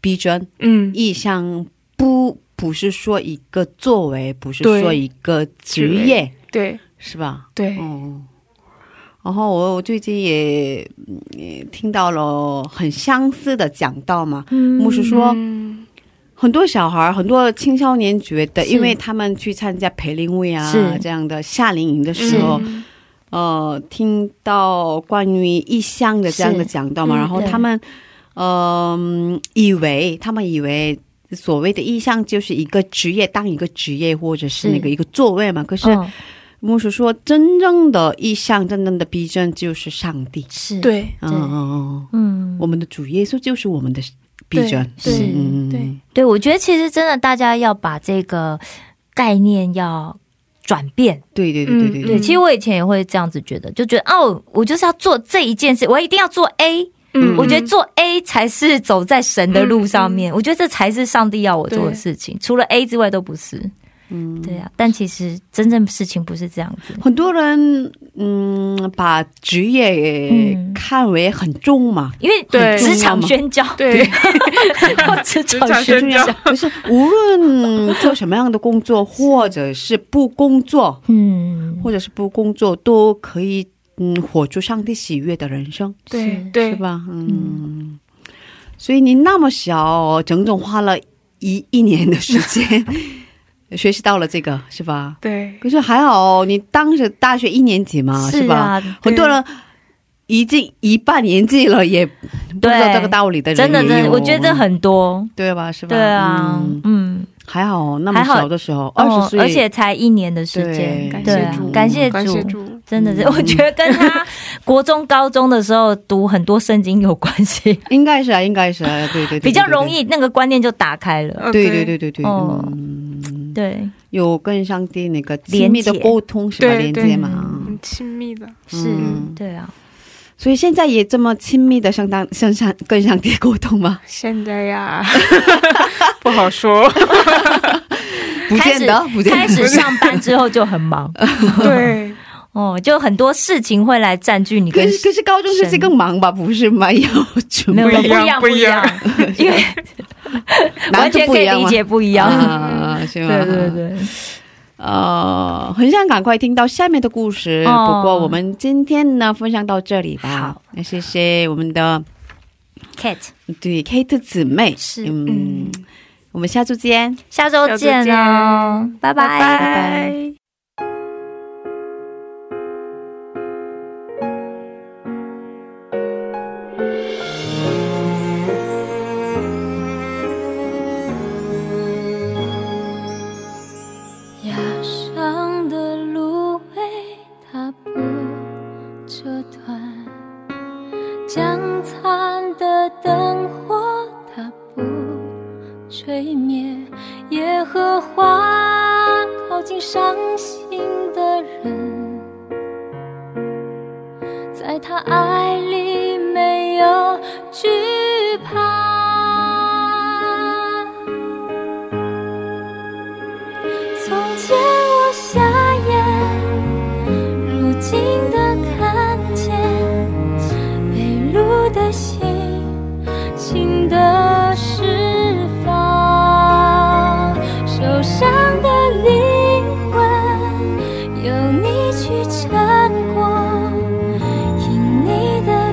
C: 逼真
F: 嗯，
C: 意向不。不是说一个作为，不是
F: 对
C: 说一个职
F: 职
C: 业，
F: 对
C: 是吧？
F: 对，
C: 哦，然后我我最近也嗯也听到了很相似的讲道嘛，牧师说、
F: 嗯
C: 很多小孩儿、很多青少年觉得，
B: 是
C: 因为他们去参加培灵会啊
B: 是
C: 这样的夏令营的时候，
F: 嗯
C: 呃，听到关于异乡的这样的
B: 是
C: 讲道嘛，
B: 嗯
C: 然后
B: 对
C: 他们嗯、以为他们以为。所谓的意向就是一个职业，当一个职业或者是
B: 是
C: 那个一个座位嘛。可是
B: 嗯
C: 牧师说，真正的意向，真正的逼真就是上帝。
B: 是，，
F: 对
C: 嗯嗯嗯，
B: 嗯
C: 嗯，我们的主耶稣就是我们的逼真。
B: 对对
C: 嗯
F: 对，
C: 嗯
B: 对，我觉得其实真的大家要把这个概念要转变。
C: 对对对对对
B: 对，
C: 对
F: 嗯
B: 其实我以前也会这样子觉得，就觉得哦，我就是要做这一件事，我一定要做 A。
F: 嗯
B: 我觉得做 A 才是走在神的路上面，我觉得这才是上帝要我做的事情，除了 A 之外都不是。嗯，对啊，但其实真正事情不是这样子。
C: 很多人嗯，把职业
B: 嗯
C: 看为很重嘛，
B: 因为
F: 对
B: 职场宣教，
F: 对，
B: 职
F: 职
B: 场
F: 场
B: 宣
F: 宣教，
C: 不是无论做什么样的工作，或者是不工作，
B: 嗯，
C: 或者是不工作，都可以嗯，活出上帝喜悦的人生。
F: 对
B: 是
F: 对
C: 是？吧？嗯，所以你那么小，整整花了一一年的时间 学习到了这个，是吧？
F: 对，
C: 可是还好，你当时大学一年级嘛，是
B: 是
C: 吧？
B: 啊，
C: 很多人已经一半年纪了，也不知道
B: 对
C: 这个道理的人
B: 真的
C: 也
B: 真的，
C: 有
B: 我觉得很多。
C: 对吧？是吧？
B: 对啊
C: 嗯，
B: 嗯，
C: 还好那么
B: 还好
C: 小的时候，二
B: 哦
C: 十岁，
B: 而且才一年的时间，
C: 对
B: 对啊
F: 感谢主
B: 感谢
F: 感谢
B: 主，
F: 主，
B: 真的是，
C: 嗯
B: 我觉得跟 他国中、高中的时候读很多圣经有关系，
C: 应该是啊，应该是啊，对对对，对
B: 比较容。易那个观念就打开了。
F: 呃
C: 对对对对对，
B: 哦
C: 嗯，
B: 对，
C: 有跟上帝那个亲密的
B: 连结
C: 沟通是吧？
F: 对
C: 连
F: 对
C: 接嘛，
F: 很嗯亲密的，
B: 是
C: 嗯，
B: 对啊，
C: 所以现在也这么亲密的向当向上跟上帝沟通吗？
F: 现在呀， 不好说，
C: 不见得，不见
B: 开
C: 得。嗯
B: 始上班之后就很忙，
F: 对，
B: 哦，就很多事情会来占据 你
C: 可
B: 跟
C: 是可是高中时期更忙吧，不是吗？要准
B: 没有
C: 备
B: 没有不
F: 不一
B: 一
F: 样
B: 样不一样，因为
C: 难
B: 完
C: 度
B: 全
C: 不
B: 可
C: 一
B: 以
C: 样
B: 理
C: 吗？
B: 解不一样。
C: 啊，是 吗？
B: 对对。对，
C: 呃，很想赶快听到下面的故事，
B: 哦
C: 不过我们今天呢分享到这里吧。
B: 好，
C: 那谢谢我们的
B: Cat，
C: 对 Kate 姊妹，
B: 是
C: 嗯，我们下周见。
B: 下周见哦，拜拜
F: 拜
B: 拜。
F: 拜。
A: 崖上的芦苇它不折断，江残的灯火它不吹灭，野荷花靠近伤心的人，在他爱里没有惧怕。从前我瞎眼，如今的看见，被路的心，情的释放，受伤的灵魂，由你去撑过，因你的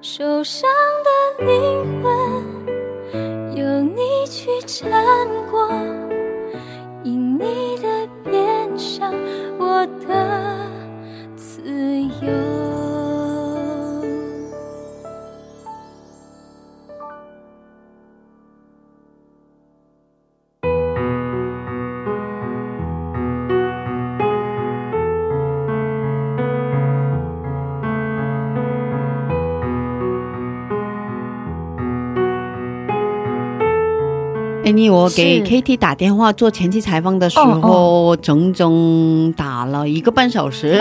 A: 受伤的灵魂，有你去缠裹，因你的变伤，我的自由。
C: 哎，你我给
B: 是
C: KT 打电话做前期采访的时
B: 哦
C: 候，整整打了一个半小 时，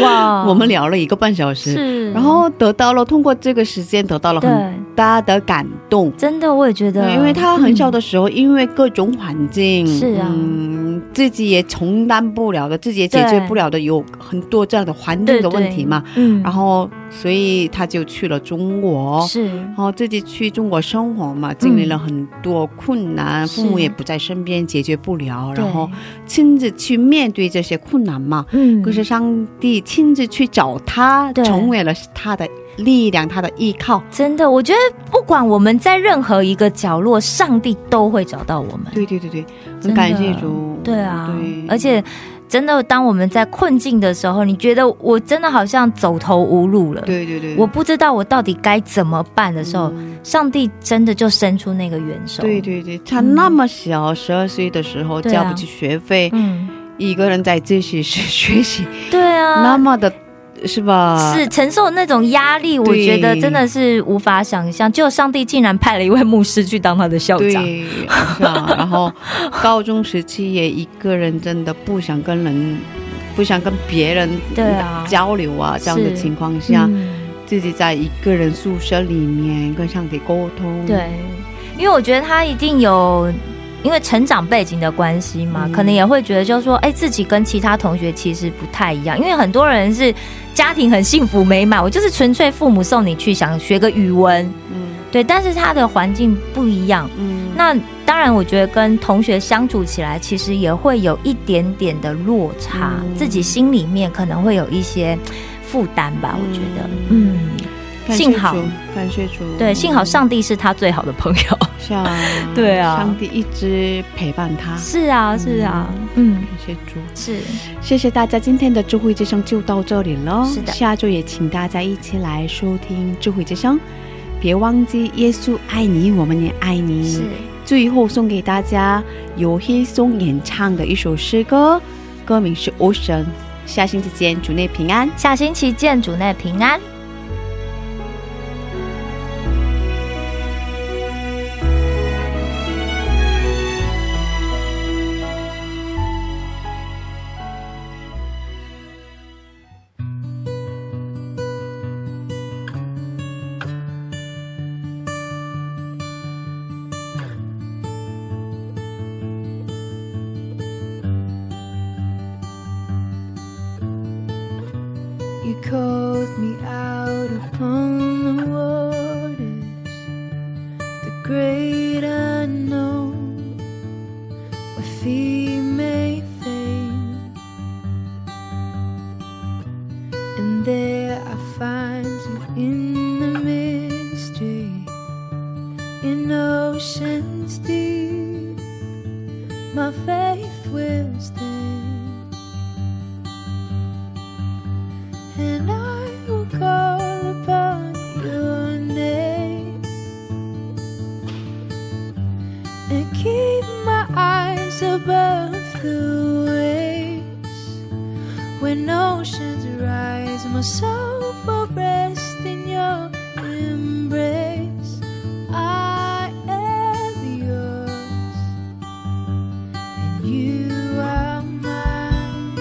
B: 哇
C: 我们聊了一个半小时，
B: 哦是，
C: 然后得到了通过这个时间得到了很
B: 对，
C: 大的感动。
B: 真的我也觉得，
C: 对，因为他很小的时候，因为各种环境，
B: 是啊
C: 嗯，自己也承担不了的，自己也解决不了的，有很多这样的环境的问题嘛。，
B: 嗯对对嗯，
C: 然后，所以他就去了中国，
B: 是
C: 然后自己去中国生活嘛，经历了很多困难，
B: 嗯是
C: 父母也不在身边，解决不了，
B: 对
C: 然后亲自去面对这些困难嘛。
B: 嗯，
C: 可是上帝亲自去找他，
B: 对
C: 成为了他的力量，他的依靠。
B: 真的，我觉得不管我们在任何一个角落，上帝都会找到我们。
C: 对对对对，很
B: 真的
C: 感谢主。
B: 对啊，
C: 对，
B: 而且真的，当我们在困境的时候，你觉得我真的好像走投无路了，
C: 对对对，
B: 我不知道我到底该怎么办的时候，
C: 嗯
B: 上帝真的就伸出那个援手。
C: 对，对对，他那么小，十二岁的时候
B: 对啊
C: 交不起学费，
B: 嗯，
C: 一个人在自习室学习，
B: 对
C: 那
B: 啊。
C: 么的，是吧？
B: 是承受那种压力，我觉得真的是无法想象。就上帝竟然派了一位牧师去当他的校
C: 对，
B: 长，
C: 是啊。然后高中时期也一个人，真的不想跟人，不想跟别人
B: 对啊
C: 交流啊，这样的
B: 是
C: 情况下，
B: 嗯，
C: 自己在一个人宿舍里面跟上帝沟通，
B: 对，因为我觉得他一定有，因为成长背景的关系嘛，
C: 嗯
B: 可能也会觉得就是说，哎，自己跟其他同学其实不太一样，因为很多人是家庭很幸福美满，我就是纯粹父母送你去想学个语文，
C: 嗯
B: 对，但是他的环境不一样。
C: 嗯，
B: 那当然，我觉得跟同学相处起来，其实也会有一点点的落差，
C: 嗯
B: 自己心里面可能会有一些负担吧。我觉得，
C: 嗯
B: 嗯，
C: 感谢
B: 幸好
C: 主，感谢主，
B: 对，幸好上帝是他最好的朋友。，
C: 是啊
B: 对啊
C: 上帝一直陪伴他。
B: 是啊，是啊，嗯，
C: 感谢主，
B: 是，
C: 谢谢大家，今天的智慧之声就到这里了。
B: 是的
C: 下周也请大家一起来收听智慧之声。别忘记，耶稣爱你，我们也爱你。
B: 是，
C: 最后送给大家由黑松演唱的一首诗歌，歌名是《Ocean》。下星期见，主内平安。
B: 下星期见，主内平安。
G: You called me out upon the waters, the great unknown, where feet may faint. And there I find you in the mystery, in oceans deep. My faith will stand. and I will call upon your name and keep my eyes above the waves. When oceans rise, my soul will rest in your embrace. I am yours, and you are mine.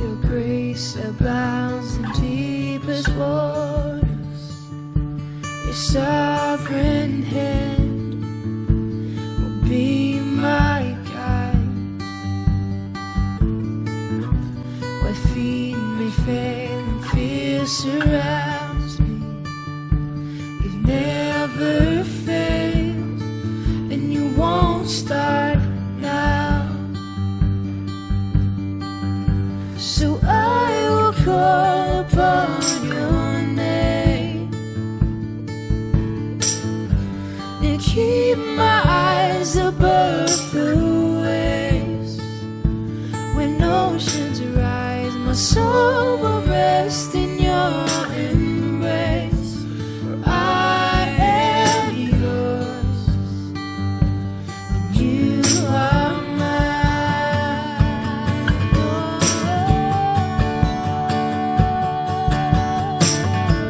G: Your grace abounds in deepest waters. Your sovereign hand will be my guide. Where feet may fail and fear surrounds me, you've never
D: call upon your name. And keep my eyes above the waves. When oceans rise, my soul will rest in your embrace. For I am yours, and you are mine.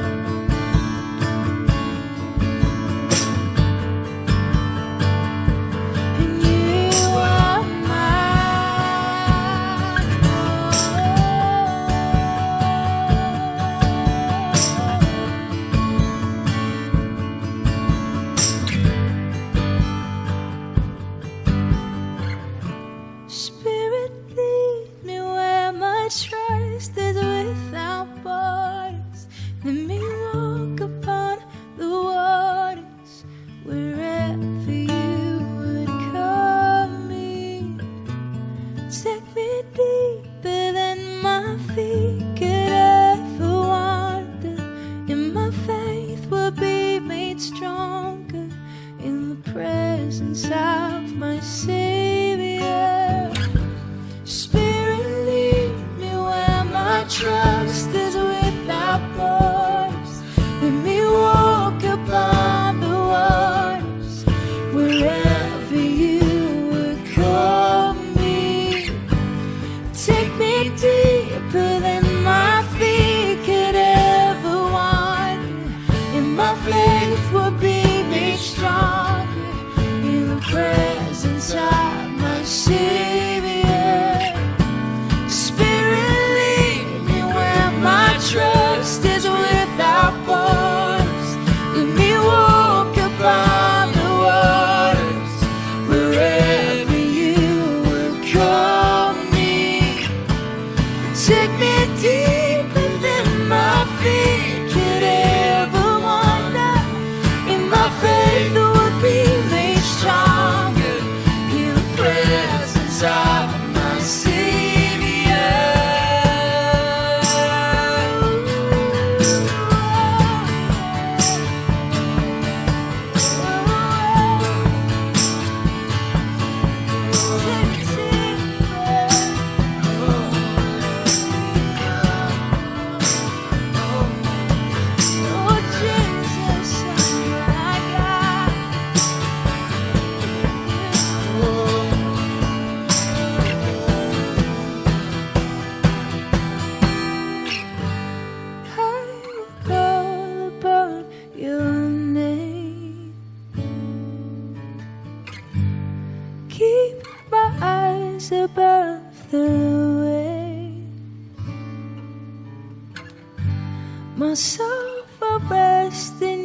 D: And you are mine. Spirit, lead me where my trust is without borders. Let me walk upon the waters wherever you would call me. Take me deeper than my feet could ever wander, and my faith will be made stronger in the presence of my Savior. Spirit, lead me where my trust is without borders. Let me walk upon the waters wherever you would call me. Take me deeper than my feet could ever wander, and my faith will be made stronger in the presence of my Savior. Spirit, lead me where my trust is without borders. Let me walk upon the waters wherever you will call me. Take me deeper than my feet could ever wander. In my faith would be made stronger in the presence of my Savior. Oh Jesus, my God. I will call upon Your name. Keep my eyes above the waves. My soul will rest in